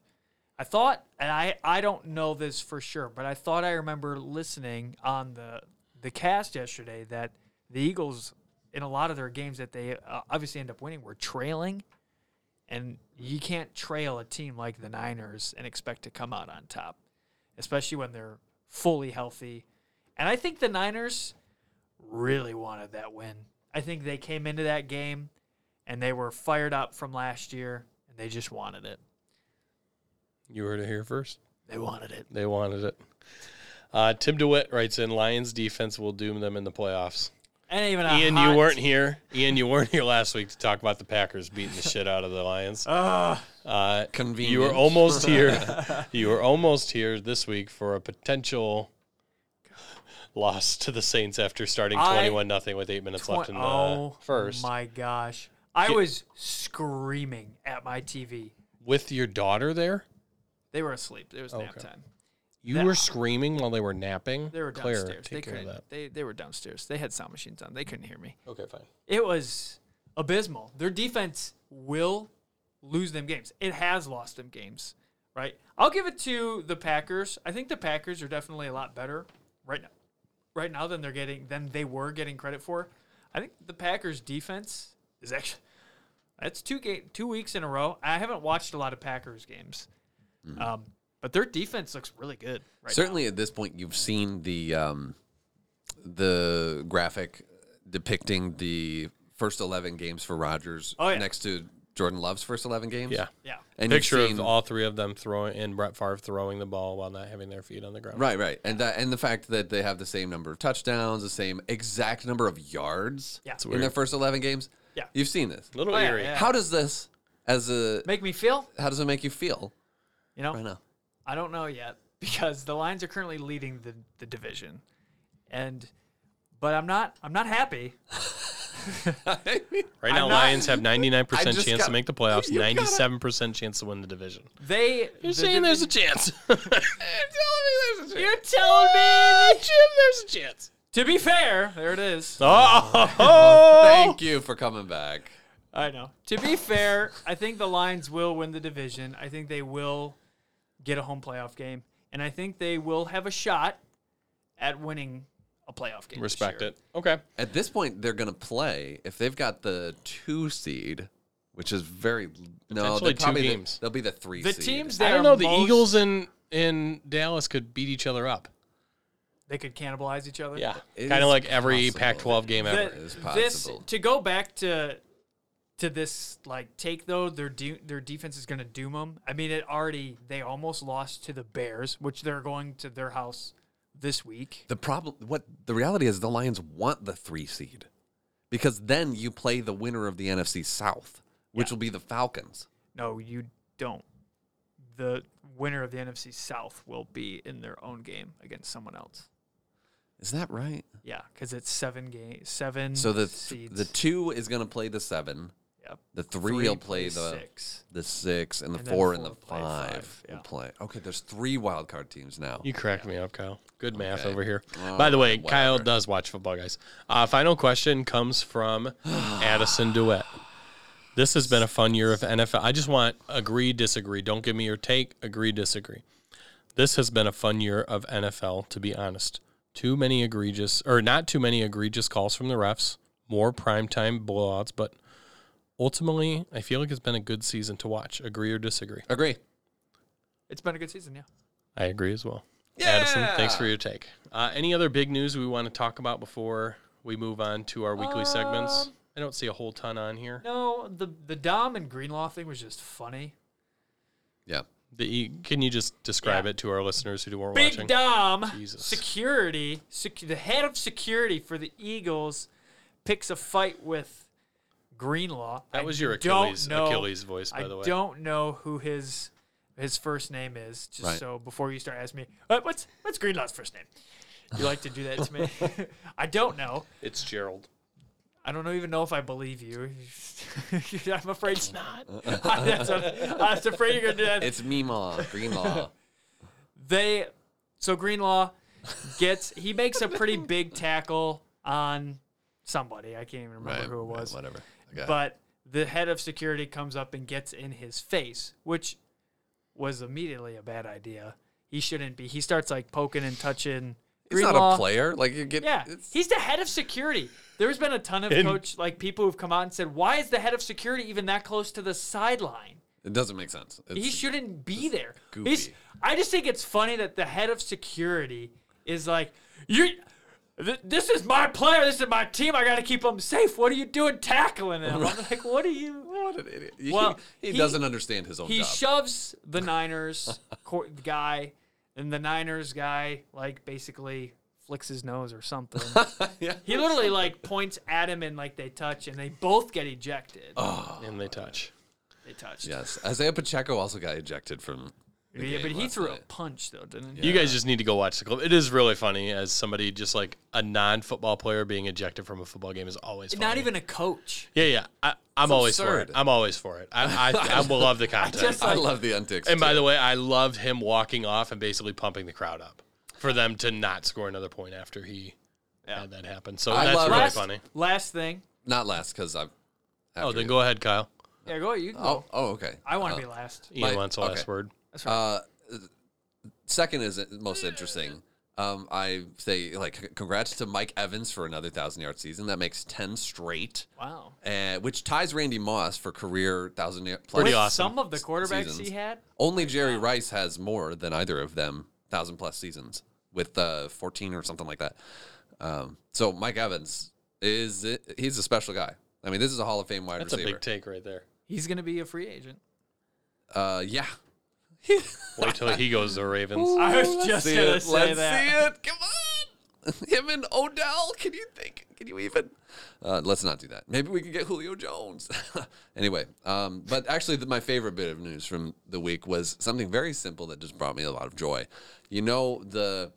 I thought, and I I don't know this for sure, but I thought I remember listening on the the cast yesterday that the Eagles in a lot of their games that they uh, obviously end up winning were trailing and you can't trail a team like the Niners and expect to come out on top, especially when they're fully healthy. And I think the Niners really wanted that win. I think they came into that game and they were fired up from last year and they just wanted it. You heard it here first. They wanted it. They wanted it. Uh, Tim DeWitt writes in Lions defense will doom them in the playoffs. And even Ian, a hot, you weren't here. Ian, you weren't here last week to talk about the Packers beating the shit out of the Lions. Ugh. Uh, Convenient. you were almost here. you were almost here this week for a potential loss to the Saints after starting I- twenty-one nothing with eight minutes left in the oh first. my gosh! I was screaming at my TV. With your daughter there, They were asleep. It was nap Okay. time. you That- were screaming while they were napping. They were Claire, downstairs. they take care of couldn't. that. They they were downstairs. They had sound machines on. They couldn't hear me. Okay, fine. It was abysmal. Their defense will lose them games. It has lost them games, right? I'll give it to the Packers. I think the Packers are definitely a lot better right now, right now than they're getting than they were getting credit for. I think the Packers defense is actually that's two game two weeks in a row. I haven't watched a lot of Packers games, um, but their defense looks really good. Right now. Certainly, at this point, you've seen the um, the graphic depicting the first eleven games for Rodgers Oh, yeah. next to Jordan Love's first eleven games. Yeah. yeah. and you've Picture seen- of all three of them throwing and Brett Favre throwing the ball while not having their feet on the ground. Right, right, and that, and the fact that they have the same number of touchdowns, the same exact number of yards Yeah. It's in their first eleven games. Yeah. you've seen this. A little Oh, yeah, eerie. yeah. How does this, as a, Make me feel, how does it make you feel you know, right now? I don't know yet because the Lions are currently leading the, the division. and but I'm not I'm not happy. I mean, Right now, I'm not- Lions have 99% I just chance got- to make the playoffs, you gotta- 97% chance to win the division. They You're the saying there's a divi- chance. telling me there's a chance. You're telling me Jim, there's a chance. to be fair, there it is. Oh, Thank you for coming back. I know. To be fair, I think the Lions will win the division. I think they will get a home playoff game, and I think they will have a shot at winning a playoff game. this Respect year. it. Okay. At this point, they're gonna play if they've got the two seed, which is very no. Potentially They're two probably the- games. they'll be the three. The seed. teams I that don't know. are The most- Eagles in in Dallas could beat each other up. they could cannibalize each other. Yeah, It kind of is like every possible. Pac-12 game The- ever. is this possible. to go back to to this like take though their de- their defense is going to doom them. I mean, it already they almost lost to the Bears, which they're going to their house this week. The problem, what the reality is, the Lions want the three seed because then you play the winner of the NFC South, which will be the Falcons. No, you don't. The winner of the NFC South will be in their own game against someone else. Is that right? Yeah, because it's seven games, seven. So the seeds. the two is going to play the seven, Yep. the three, will play plays the six. the six, and the And then four and the four play five, five, yeah. will play. Okay, there's three wild card teams now. You cracked me up, Kyle. Good math Okay. over here. Oh, By the way, Kyle whatever. does watch football, guys. Uh, final question comes from Addison Duet. This has been a fun year of NFL. I just want agree, disagree. Don't give me your take. Agree, disagree. This has been a fun year of NFL, to be honest. Too many egregious, or not too many egregious calls from the refs, more primetime blowouts, but ultimately, I feel like it's been a good season to watch. Agree or disagree? Agree. It's been a good season, yeah. I agree as well. Addison, thanks for your take. Uh, any other big news we want to talk about before we move on to our weekly segments? Um, I don't see a whole ton on here. No, the the Dom and Greenlaw thing was just funny. Yeah. The, can you just describe Yeah. it to our listeners who weren't Big watching? Dom, Jesus. security, sec- the head of security for the Eagles, picks a fight with Greenlaw. That I was your don't Achilles know- Achilles voice, by I the way. don't know who his his first name is. Just Right. so before you start asking me, "Uh, what's what's Greenlaw's first name? You like to do that to me? I don't know. It's Gerald. I don't even know if I believe you. I'm afraid it's not. That's what- I was afraid you're gonna do that It's Meemaw, Greenlaw. they so Greenlaw gets he makes a pretty big tackle on somebody. I can't even remember who it was. Whatever. Okay. but the head of security comes up and gets in his face, which was immediately a bad idea. He shouldn't be. He starts like poking and touching. he's not Greenlaw. a player. Like you get. Yeah, it's- he's the head of security. There's been a ton of And- coach like people who've come out and said, "Why is the head of security even that close to the sideline?" it doesn't make sense. It's, he shouldn't be there. goofy. He's, I just think it's funny that the head of security is like, you. Th- this is my player. This is my team. I got to keep them safe. What are you doing tackling them? I'm like, what are you? What an idiot. He- Well, he, he- doesn't understand his own He job. shoves the Niners cor- guy, and the Niners guy like basically flicks his nose or something. Yeah. He literally like points at him and like they touch and they both get ejected. Oh, And they touch. They touched. Yes, Isaiah Pacheco also got ejected from. the Yeah, game but he last threw a night. punch though, didn't he? You guys just need to go watch the clip. It is really funny as somebody just like a non football player being ejected from a football game is always funny. Not even a coach. Yeah, yeah. I, I'm always for absurd. it. I'm always for it. I, I, I will love the content. just I like- love the antics. And by too. the way, I loved him walking off and basically pumping the crowd up for them to not score another point after he had that happen. So I that's love- really last, funny. Last thing. not last because I'm. Oh, then go ahead, Kyle. Yeah, go. You can go. Oh, oh, okay. I want to be last. Ian My- wants the okay. last word. Uh, second is most interesting. Um, I say like congrats to Mike Evans for another thousand yard season. That makes ten straight, Wow. uh, which ties Randy Moss for career thousand yard. Pretty With awesome. Some of the quarterbacks seasons. he had. Only Jerry Rice has more than either of them, thousand plus seasons with uh, fourteen or something like that. Um, so Mike Evans is he's a special guy. I mean, this is a Hall of Fame wide That's a receiver. big take right there. He's going to be a free agent. uh, yeah. Wait till he goes to the Ravens. I was just See going to it. say Let's that. see it. Come on. Him and Odell. Can you think? Can you even? Uh, let's not do that. Maybe we can get Julio Jones. anyway, um, but actually, the, my favorite bit of news from the week was something very simple that just brought me a lot of joy. You know the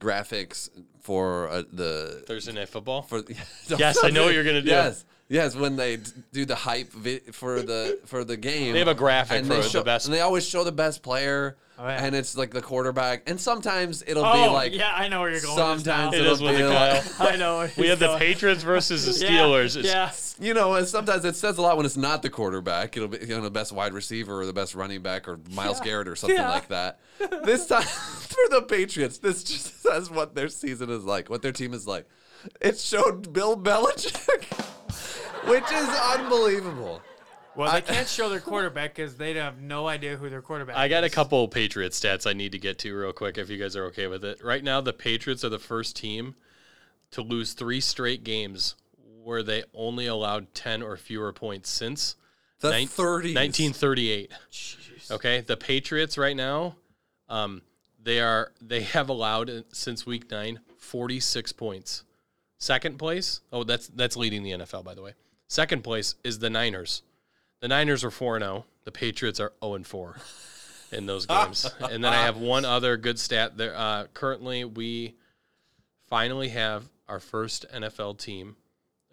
graphics for uh, the Thursday night football. for Yes, I know what you're gonna do. Yes, yes. When they d- do the hype vi- for the for the game, They have a graphic and for they the show- best- And they always show the best player, Oh, yeah. and it's like the quarterback. And sometimes it'll Oh, be like yeah, I know where you're going. with this sometimes It it'll is be with the like, Kyle. now. I know. Where we he's have the going. Patriots versus the Yeah, Steelers. It's- Yeah. you know. And sometimes it says a lot when it's not the quarterback. It'll be you know the best wide receiver or the best running back or Miles Garrett or something Yeah. like that. This time for the Patriots, this just says what their season is like, what their team is like. It showed Bill Belichick, which is unbelievable. Well, they can't show their quarterback because they have no idea who their quarterback. I got a is. couple Patriot stats I need to get to real quick if you guys are okay with it. Right now, the Patriots are the first team to lose three straight games where they only allowed 10 or fewer points since The nine- 30s. 1938. Okay, the Patriots right now, um, they are they have allowed uh, since week nine 46 points. Second place, oh that's that's leading the NFL by the way. Second place is the Niners. The Niners are four and zero. The Patriots are zero and four in those games. and then I have one other good stat there. Uh, currently, we finally have our first NFL team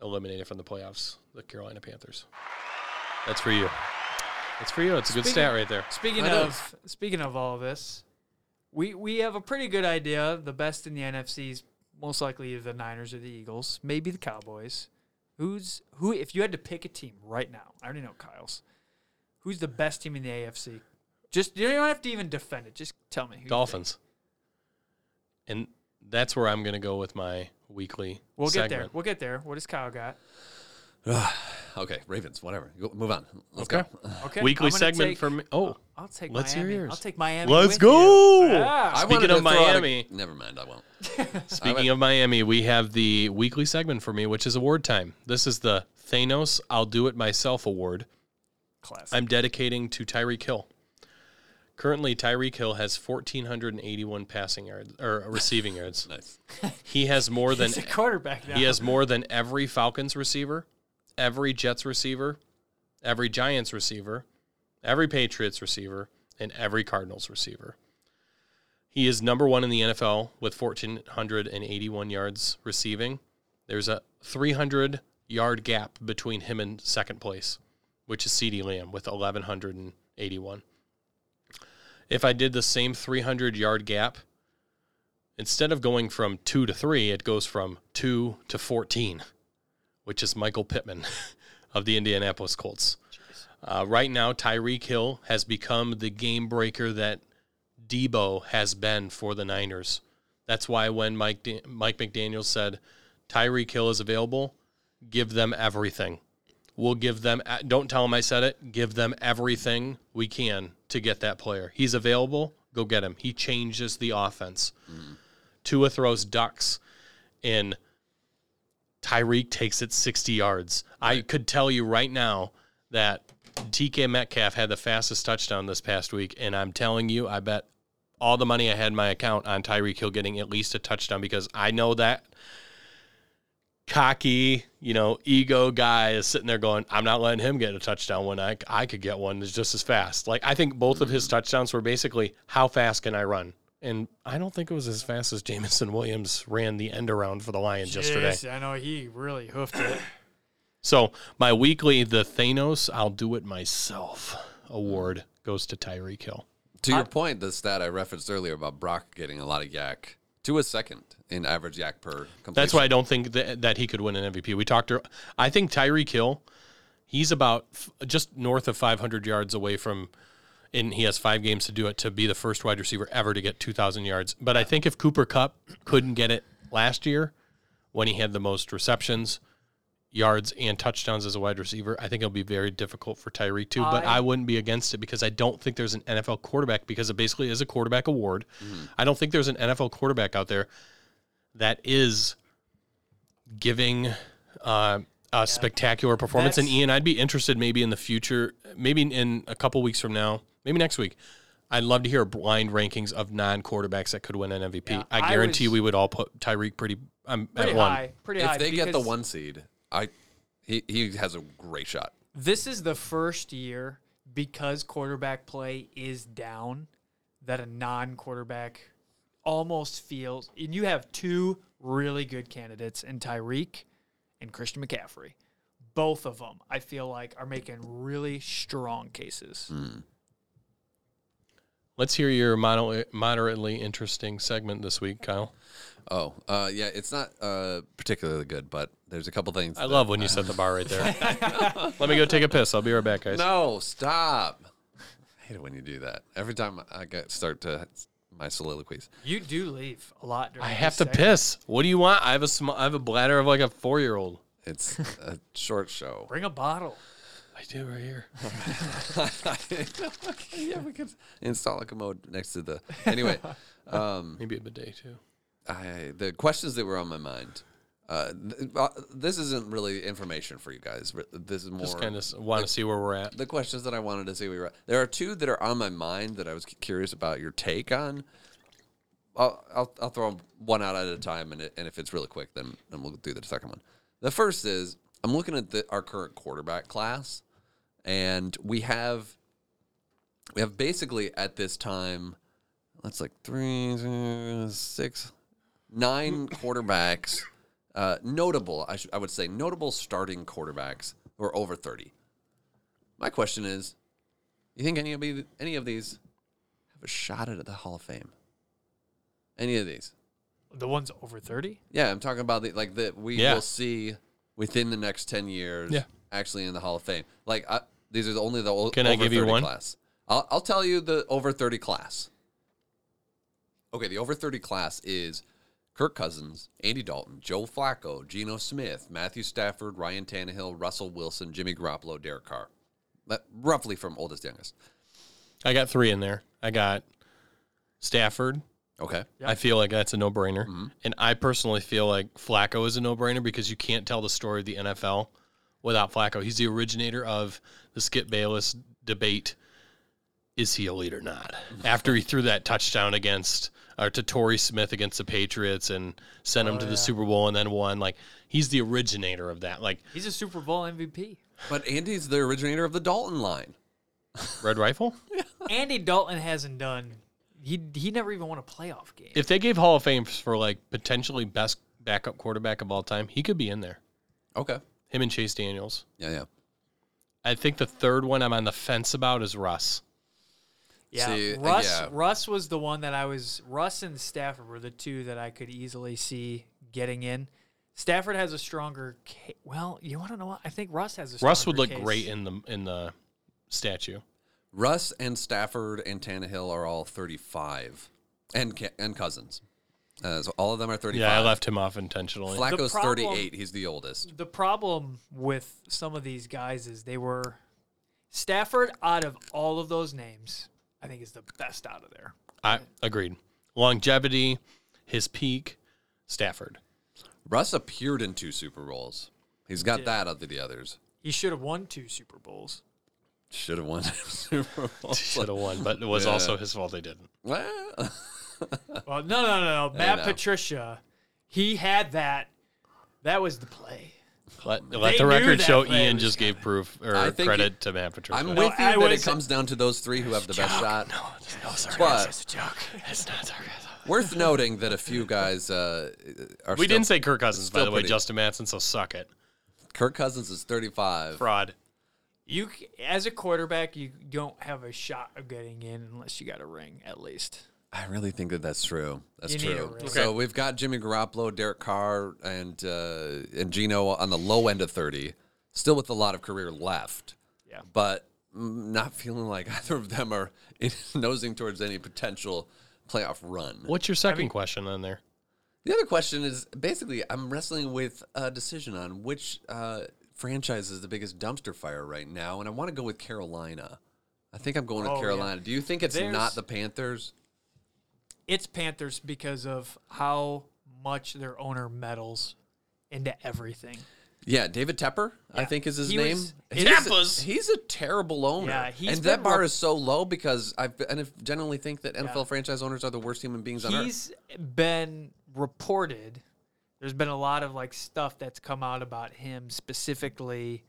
eliminated from the playoffs. The Carolina Panthers. That's for you. That's for you. It's a good Speaking- stat right there. Speaking I know. of speaking of all of this, we we have a pretty good idea. The best in the NFC's most likely either the Niners or the Eagles, maybe the Cowboys. Who's who? If you had to pick a team right now, I already know Kyle's. Who's the best team in the AFC? Just you don't have to even defend it. Just tell me. who you think. Dolphins. And that's where I'm going to go with my weekly. We'll segment. get there. We'll get there. What does Kyle got? Okay, Ravens, whatever. Go, move on. Let's Okay. go. Okay. Weekly I'm gonna segment take- for me. Oh, I'll take. let's hear Miami. yours. I'll take Miami. let's with you. go. Ah. I wanted Speaking of to throw out a- Miami. never mind, I won't. Speaking of Miami, we have the weekly segment for me, which is award time. This is the Thanos I'll Do It Myself award. Classic. I'm dedicating to Tyreek Hill. Currently, Tyreek Hill has 1,481 passing yards or receiving yards. Nice. He has more than He's a quarterback now. he has more than every Falcons receiver, every Jets receiver, every Giants receiver, every Patriots receiver, and every Cardinals receiver. He is number one in the NFL with 1,481 yards receiving. There's a 300 yard gap between him and second place, which is CeeDee Lamb with 1,181. If I did the same 300 yard gap, instead of going from two to three, it goes from two to 14, which is Michael Pittman of the Indianapolis Colts. Uh, right now, Tyreek Hill has become the game breaker that Debo has been for the Niners. That's why when Mike, Da- Mike McDaniel said Tyreek Hill is available, give them everything. We'll give them, don't tell them I said it, give them everything we can to get that player. He's available, go get him. He changes the offense. Tua throws ducks and Tyreek takes it 60 yards. I could tell you right now that TK Metcalf had the fastest touchdown this past week, and I'm telling you, I bet all the money I had in my account on Tyreek Hill getting at least a touchdown because I know that cocky, you know, ego guy is sitting there going, I'm not letting him get a touchdown when I, I could get one that's just as fast. Like, I think both of his touchdowns were basically, how fast can I run? And I don't think it was as fast as Jamison Williams ran the end around for the Lions yesterday. Jeez, I know he really hoofed it. So my weekly, the Thanos I'll do it myself award goes to Tyreek Hill. To your point, the stat I referenced earlier about Brock getting a lot of yak to a second in average yak per completion. That's why I don't think that, that he could win an MVP. We talked. to- I think Tyreek Hill, he's about f- just north of 500 yards away from, and he has five games to do it to be the first wide receiver ever to get 2,000 yards. But I think if Cooper Cup couldn't get it last year, when he had the most receptions, yards, and touchdowns as a wide receiver, I think it'll be very difficult for Tyreek too. but I- I wouldn't be against it because I don't think there's an NFL quarterback because it basically is a quarterback award. Mm-hmm. I don't think there's an NFL quarterback out there that is giving uh, a spectacular performance. and That's- Ian, I'd be interested maybe in the future, maybe in a couple weeks from now, maybe next week. I'd love to hear blind rankings of non quarterbacks that could win an MVP. Yeah, I I guarantee was- we would all put Tyreek pretty, um, Pretty at one. high. Pretty high. if they get the because- one seed, I he, he has a great shot. This is the first year because quarterback play is down that a non quarterback almost feels, and you have two really good candidates in Tyreek and Christian McCaffrey. Both of them, I feel like, are making really strong cases. Hmm. Let's hear your mono- moderately interesting segment this week, Kyle. Oh, uh, yeah, it's not uh, particularly good, but there's a couple things. I love when you set the bar right there. Let me go take a piss. I'll be right back, guys. No, stop. I hate it when you do that. Every time I get start to my soliloquies. You do leave a lot. During I have this to segment. piss. What do you want? I have a sm- I have a bladder of like a four year old. It's a short show. Bring a bottle. I do right here. yeah, we could install a commode next to the. Anyway, Maybe a bidet too. I, the questions that were on my mind. Uh, th- uh, this isn't really information for you guys. but This is more Just kind of want to see where we're at. the questions that I wanted to see. We were there are two that are on my mind that I was cu- curious about your take on. I'll I'll, I'll throw one out at a time, and, it, and if it's really quick, then then we'll do the second one. The first is I'm looking at the, our current quarterback class, and we have we have basically at this time that's like three, uh, six, nine quarterbacks, uh, notable, I, sh- I would say, notable starting quarterbacks who are over 30. My question is you think any of, the- any of these have a shot at the Hall of Fame? Any of these? The one's over thirty. Yeah, I'm talking about the, like that we Yeah. will see within the next 10 years Yeah. actually in the Hall of Fame. Like, I, these are the- only the old, Can I over give you 30 one? class. I'll, I'll tell you the over 30 class. Okay, the over 30 class is Kirk Cousins, Andy Dalton, Joe Flacco, Geno Smith, Matthew Stafford, Ryan Tannehill, Russell Wilson, Jimmy Garoppolo, Derek Carr. That, roughly from oldest to youngest. I got three in there. I got Stafford. Okay. Yep. I feel like that's a no brainer. And I personally feel like Flacco is a no brainer because you can't tell the story of the NFL without Flacco. He's the originator of the Skip Bayless debate. Is he a lead or not? After he threw that touchdown against or to Torrey Smith against the Patriots and sent him to the Super Bowl and then won, like he's the originator of that. Like He's a Super Bowl MVP. But Andy's the originator of the Dalton line. Red Rifle. Andy Dalton hasn't done. He he never even won a playoff game. If they gave Hall of Fame for like potentially best backup quarterback of all time, he could be in there. Okay. Him and Chase Daniels. Yeah, yeah. I think the third one I'm on the fence about is Russ. Yeah, See, uh, Russ. yeah. Russ was the one that I was. Russ and Stafford were the two that I could easily see getting in. Stafford has a stronger. Ca- well, you want to know what? I think Russ has a. Stronger Russ would look case. great in the in the statue. Russ and Stafford and Tannehill are all 35, and Ca- and Cousins. Uh, so all of them are 35. Yeah, I left him off intentionally. Flacco's The problem- 38. He's the oldest. The problem with some of these guys is they were Stafford. Out of all of those names, I think is the best out of there. I agreed. Longevity, his peak, Stafford. Russ appeared in two Super Bowls. He's got that out of the others. He should have won two Super Bowls. Should have won Super Bowl. Should have won, but it was Yeah. also his fault they didn't. Well, Well, no, no, no, no. Matt know. Patricia, he had that. That was the play. Let, let They the knew record that show play Ian was just gave proof I or think credit to Matt Patricia. I'm with you that I it was- comes down to those three who have the best shot. no But It's a joke. It's not sarcasm. worth noting that a few guys uh, are. We still- didn't say Kirk Cousins, by still the way, pretty- Justin Matson, so suck it. Kirk Cousins is 35. Fraud. You c- as a quarterback, you don't have a shot of getting in unless you got a ring at least. I really think that that's true. That's You need a true. ring. So we've got Jimmy Garoppolo, Derek Carr, and uh, and Gino on the low end of thirty, still with a lot of career left. Yeah. But mm, not feeling like either of them are nosing towards any potential playoff run. What's your second question on there? The other question is basically I'm wrestling with a decision on which uh, franchise is the biggest dumpster fire right now, and I want to go with Carolina. I think I'm going Oh, with yeah. Carolina. Do you think it's There's- not the Panthers? It's Panthers because of how much their owner meddles into everything. Yeah, David Tepper, I Yeah. think is his He name. was- He's a- Tepper's- He's a terrible owner. Yeah, he's and that been bar rep- is so low because I and I generally think that NFL franchise owners are the worst human beings on earth. He's been reported. There's been a lot of like stuff that's come out about him specifically,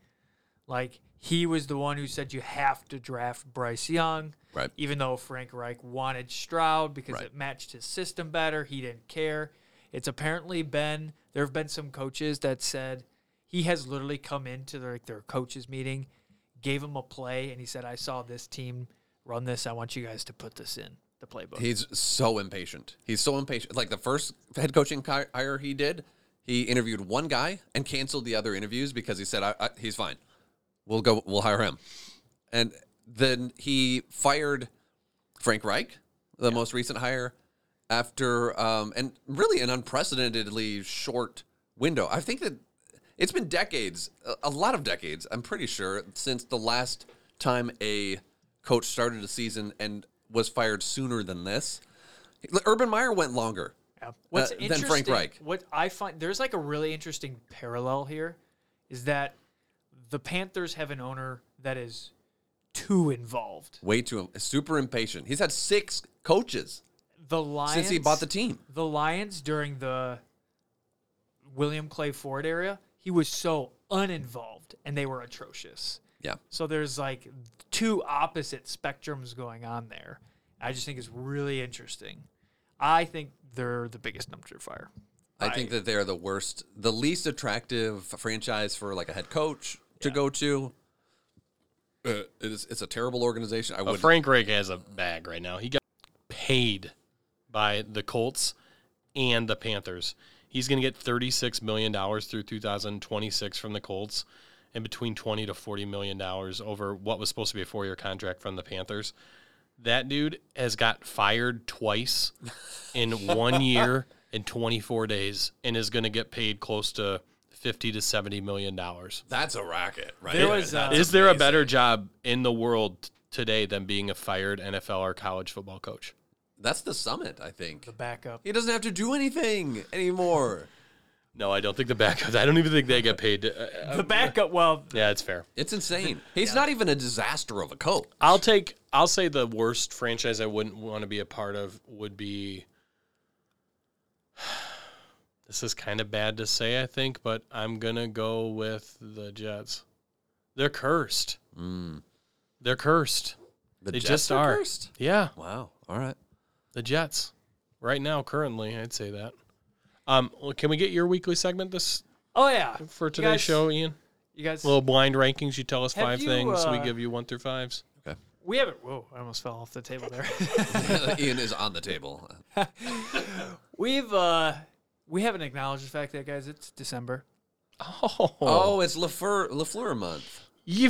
Like he was the one who said you have to draft Bryce Young, Right. even though Frank Reich wanted Stroud because Right. it matched his system better. He didn't care. It's apparently been there have been some coaches that said he has literally come into their, like their coaches meeting, gave him a play, and he said, "I saw this team run this. I want you guys to put this in the playbook." He's so impatient. He's so impatient. Like the first head coaching ki- hire he did, he interviewed one guy and canceled the other interviews because he said I, I, he's fine. We'll go. We'll hire him. And then he fired Frank Reich, the most recent hire, after um, and really an unprecedentedly short window. I think that it's been decades, a- a lot of decades. I'm pretty sure since the last time a coach started a season and was fired sooner than this. Urban Meyer went longer. Yeah. What's than Uh, Frank interesting, Reich. What I find there's like a really interesting parallel here is that the Panthers have an owner that is too involved. Way too super impatient. He's had six coaches The Lions since he bought the team. the Lions during the William Clay Ford era, he was so uninvolved and they were atrocious. Yeah. So there's like two opposite spectrums going on there. I just think it's really interesting. I think they're the biggest dumpster fire. I think that they are the worst, the least attractive franchise for like a head coach to go to. Uh, it is, it's a terrible organization. I But would Frank Reich has a bag right now. He got paid by the Colts and the Panthers. He's going to get thirty-six million dollars through two thousand twenty-six from the Colts, and between twenty to forty million dollars over what was supposed to be a four-year contract from the Panthers. That dude has got fired twice in one year and twenty-four days, and is going to get paid close to fifty to seventy million dollars. that's a racket, right? There was, uh, Is there a better job in the world today than being a fired NFL or college football coach? that's the summit, I think. The backup. He doesn't have to do anything anymore. No, I don't think the backups. I don't even think they get paid. to- uh, The backup, well, yeah, it's fair. It's insane. He's not even a disaster of a coach. I'll take. I'll say the worst franchise I wouldn't want to be a part of would be. This is kind of bad to say, I think, but I'm gonna go with the Jets. They're cursed. They're cursed. Mm. The They Jets just are. are. Cursed. Yeah. Wow. All right. The Jets, right now, currently, I'd say that. Um, well, can we get your weekly segment this Oh yeah, for You today's guys- show, Ian? You guys, Little blind rankings. You tell us Have five you, things. we uh, give you one through fives. we haven't. Whoa, I almost fell off the table there. Ian is on the table. We've uh, we haven't acknowledged the fact that guys, it's December. Oh, Oh, it's Lafleur Lafleur month. yeah.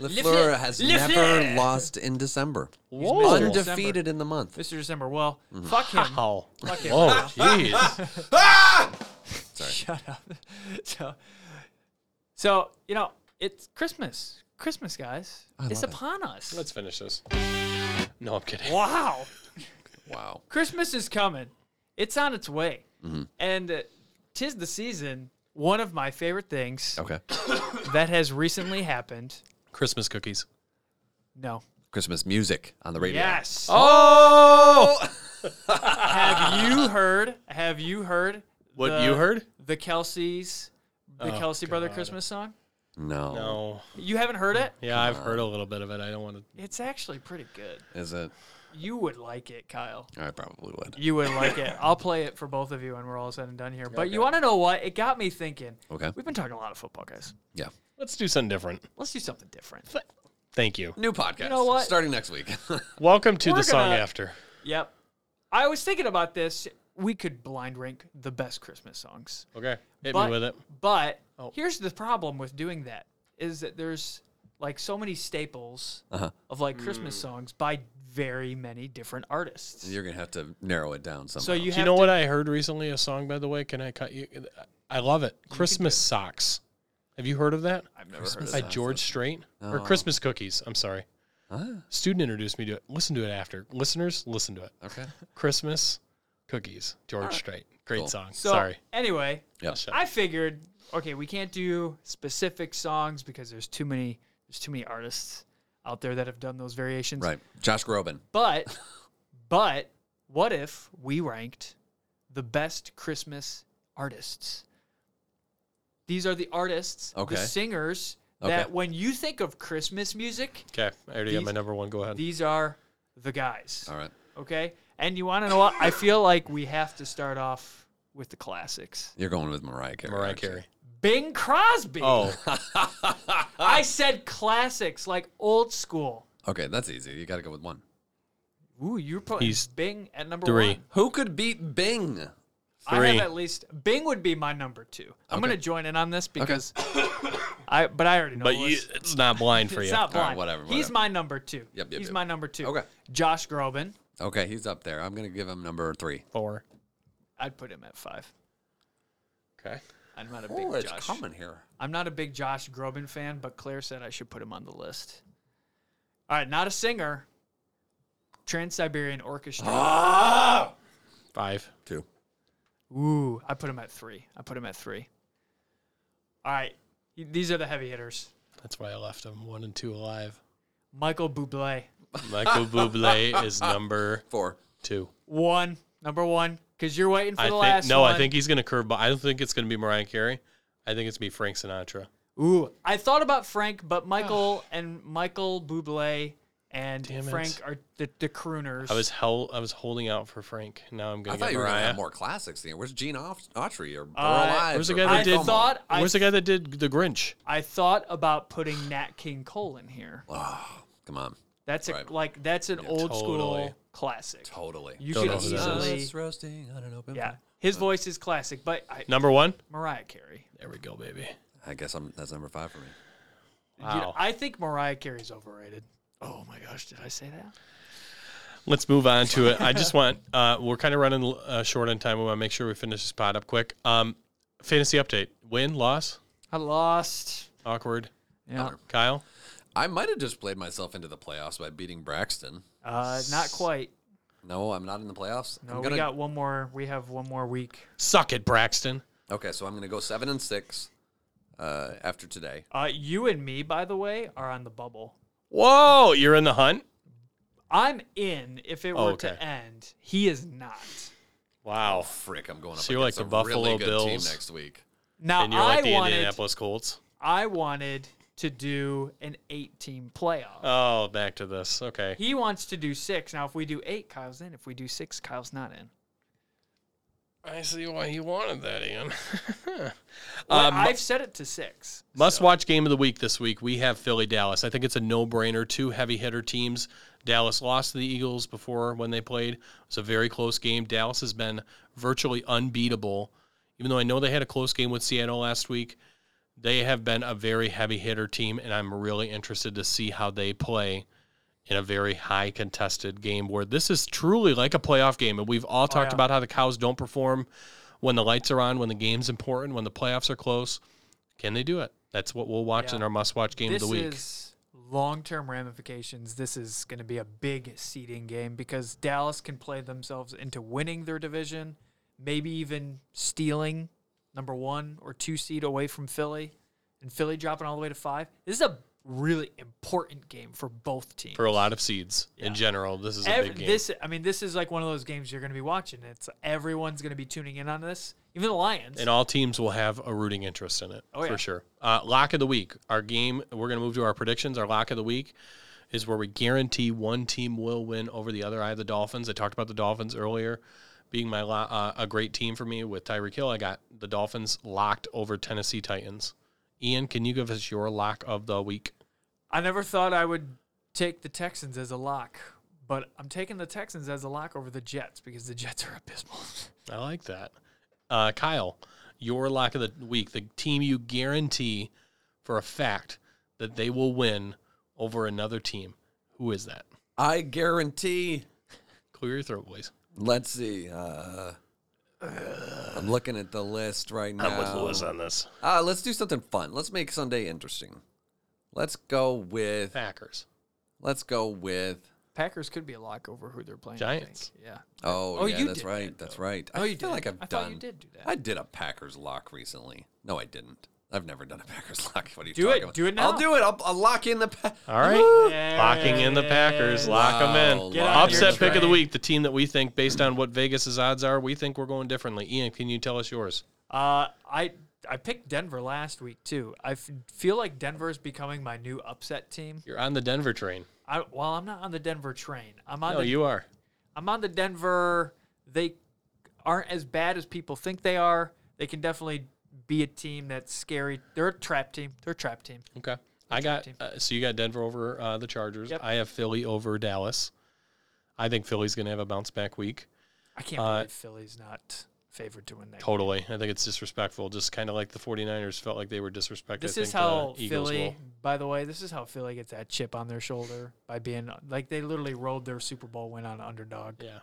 Lafleur has never lost in December. Whoa. Undefeated in the month. Mr. December. Well, Mm. fuck him. Wow. Fuck him. Whoa, Oh, jeez. Shut up. So, so you know, it's Christmas. Christmas, guys. it's upon us. Let's finish this. No, I'm kidding. wow. Wow. Christmas is coming. It's on its way. Mm-hmm. And uh, tis the season. One of my favorite things Okay. that has recently happened. Christmas cookies. No. Christmas music on the radio. Yes. Oh. Have you heard? Have you heard? What the- you heard? The Kelsey's, the Oh, Kelsey brother God. Christmas song. No. No. You haven't heard it? Yeah, I've heard a little bit of it. I don't want to. It's actually pretty good. Is it? You would like it, Kyle. I probably would. You would like it. I'll play it for both of you when we're all said and done here. But you want to know what? It got me thinking. Okay. We've been talking a lot of football, guys. Yeah. Let's do something different. Let's do something different. Thank you. New podcast. You know what? Starting next week. Welcome to We're the song gonna- after. Yep. I was thinking about this. We could blind rank the best Christmas songs. Okay. Hit But- me with it. But Oh. here's the problem with doing that is that there's like so many staples of like Christmas songs by very many different artists. You're gonna have to narrow it down somehow. so Do you have you know to, what I heard recently? A song, by the way. Can I cut you? I love it. Christmas socks. Have you heard of that? I've never heard of By that. George Strait or Christmas cookies? I'm sorry. Student introduced me to it. Listen to it after. Listeners, listen to it. okay. Christmas cookies. George Strait. Great Cool. song. So sorry. anyway, Yeah. I figured, okay, we can't do specific songs because there's too many there's too many artists out there that have done those variations. Right. Josh Groban. But but what if we ranked the best Christmas artists? These are the artists, Okay. the singers Okay. that when you think of Christmas music, Okay, I already got my These- number one. Go ahead. these are the guys. All right. Okay? And you want to know what? I feel like we have to start off with the classics. You're going with Mariah Carey. Mariah aren't you? Carey. Bing Crosby. Oh, I said classics, like old school. Okay, that's easy. You got to go with one. Ooh, you're putting He's Bing at number three. one. Who could beat Bing? I Three. have at least Bing would be my number two. I'm Okay. gonna join in on this because I but I already know. but the you, list. it's not blind for it's you. not All right, blind. whatever, He's whatever. my number two. Yep, yep, He's yep. my number two. Okay. Josh Groban. Okay, he's up there. I'm going to give him number three. Four. I'd put him at five. Okay. I'm not a big it's Josh. coming here. I'm not a big Josh Groban fan, but Claire said I should put him on the list. All right, not a singer. Trans Siberian Orchestra. Five. Ah! Two. Ooh, I put him at three. I put him at three. All right, y- these are the heavy hitters. That's why I left him one and two alive. Michael Bublé, Michael Bublé is number Four. two. one number one, because you're waiting for I the think last no. one. I think he's gonna curve. I don't think it's gonna be Mariah Carey. I think it's gonna be Frank Sinatra. Ooh, I thought about Frank, but Michael and Michael Bublé and Damn it. Frank are the, the crooners. I was hell. I was holding out for Frank. Now I'm I gonna thought get you were going to Mariah. have more classics here. Where's Gene Aut- Autry or Burl Uh, Ives? Where's the or guy that I Frank did- Como? thought I Where's the guy that did the Grinch? I thought about putting Nat King Cole in here. Oh, come on. That's a, Right. like that's an old totally. school classic. Totally. You Don't could know who that is. easily, roasting on an open yeah. fire. His voice is classic, but I, Number one. Mariah Carey. There we go, baby. I guess I'm, that's number five for me. You Wow. know, I think Mariah Carey's overrated. Oh my gosh, did I say that? Let's move on to it. I just want uh, we're kind of running uh, short on time. We want to make sure we finish this pod up quick. Um, fantasy update: win, loss, I lost. awkward. Yeah. Kyle, I might have just played myself into the playoffs by beating Braxton. Uh, not quite. No, I'm not in the playoffs. No, I'm gonna, we got one more. We have one more week. suck it, Braxton. Okay, so I'm going to go seven and six uh, after today. Uh, you and me, by the way, are on the bubble. Whoa, you're in the hunt. I'm in. If it were Oh, okay. to end, he is not. Wow. Frick, I'm going up So you're like against the a Buffalo really good team Bills. next week. Now And you're Uh, I like the wanted. Indianapolis Colts. I wanted to do an eight-team playoff. Oh, back to this. Okay. He wants to do six. Now, if we do eight, Kyle's in. If we do six, Kyle's not in. I see why he wanted that, Ian. Well, Um, I've set it to six. Must watch game of the week this week. We have Philly Dallas. I think it's a no brainer. Two heavy hitter teams. Dallas lost to the Eagles before when they played. It's a very close game. Dallas has been virtually unbeatable. Even though I know they had a close game with Seattle last week, they have been a very heavy hitter team, and I'm really interested to see how they play in a very high contested game where this is truly like a playoff game. And we've all talked Oh, yeah. about how the Cows don't perform when the lights are on, when the game's important, when the playoffs are close. Can they do it? That's what we'll watch Yeah. in our must watch game This of the week. is long-term ramifications. This is going to be a big seeding game because Dallas can play themselves into winning their division, maybe even stealing number one or two seed away from Philly, and Philly dropping all the way to five. This is a really important game for both teams. for a lot of seeds in general, this is a Ev- big game. This, I mean, this is like one of those games you're going to be watching. It's everyone's going to be tuning in on this, even the Lions. and all teams will have a rooting interest in it Oh, yeah. for sure. Uh, lock of the week, our game. We're going to move to our predictions. Our lock of the week is where we guarantee one team will win over the other. I have the Dolphins. I talked about the Dolphins earlier being my lo- uh, a great team for me with Tyreek Hill. I got the Dolphins locked over Tennessee Titans. Ian, can you give us your lock of the week? I never thought I would take the Texans as a lock, but I'm taking the Texans as a lock over the Jets because the Jets are abysmal. I like that. Uh, Kyle, your lock of the week, the team you guarantee for a fact that they will win over another team. Who is that? I guarantee. Clear your throat, boys. Let's see. Uh, I'm looking at the list right now. on this. Uh, let's do something fun. Let's make Sunday interesting. Let's go with. Packers. Let's go with. Packers could be a lock over who they're playing. Giants. I think. Yeah. Oh, Oh, yeah, you that's did right. that, that's right. Oh, I you feel did. like I've I done. thought you did do that. I did a Packers lock recently. No, I didn't. I've never done a Packers lock. What are you Do talking it. about? Do it now. I'll do it. I'll, I'll lock in the. Pa- All right. Locking in the Packers. Lock them Wow, in. Get on your Upset pick of the train. week, the team that we think, based on what Vegas' odds are, we think we're going differently. Ian, can you tell us yours? Uh, I I picked Denver last week too. I f- feel like Denver is becoming my new upset team. You're on the Denver train. I, well, I'm not on the Denver train. I'm on No, the you are. I'm on the Denver. They aren't as bad as people think they are. They can definitely be a team that's scary. They're a trap team. They're a trap team. Okay. I got uh, so you got Denver over uh, the Chargers. Yep. I have Philly over Dallas. I think Philly's going to have a bounce back week. I can't Uh, believe Philly's not favored to win that. game. Totally. I think it's disrespectful. Just kind of like the 49ers felt like they were disrespected. This I think is the how Eagles Philly, will. by the way, this is how Philly gets that chip on their shoulder by being like they literally rolled their Super Bowl win on underdog. Yeah.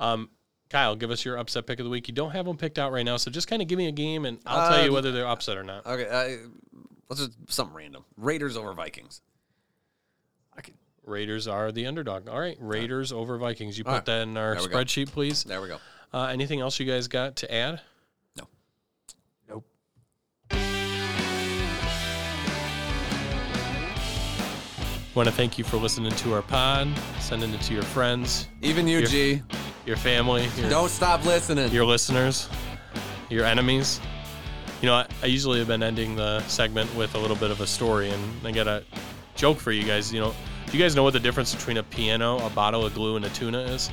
Um, Kyle, give us your upset pick of the week. You don't have them picked out right now, so just kind of give me a game and I'll tell you Um, whether they're upset or not. Okay, I, let's just something random. Raiders over Vikings. I could, Raiders are the underdog. All right, Raiders over Vikings. You put right. that in our There we go. spreadsheet, please. There we go. Uh, anything else you guys got to add? No. nope. Want to thank you for listening to our pod, sending it to your friends, Even you, You're- G. your family, your, Don't stop listening. your listeners, your enemies. You know, I, I usually have been ending the segment with a little bit of a story, and I got a joke for you guys. You know, do you guys know what the difference between a piano, a bottle of glue, and a tuna is?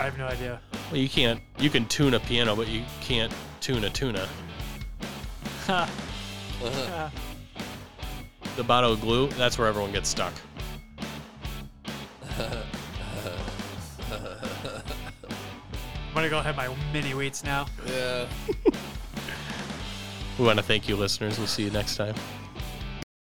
I have no idea. Well, you can't. You can tune a piano, but you can't tune a tuna. The bottle of glue. That's where everyone gets stuck. I'm gonna go have my mini wheats now. yeah. We want to thank you, listeners. We'll see you next time.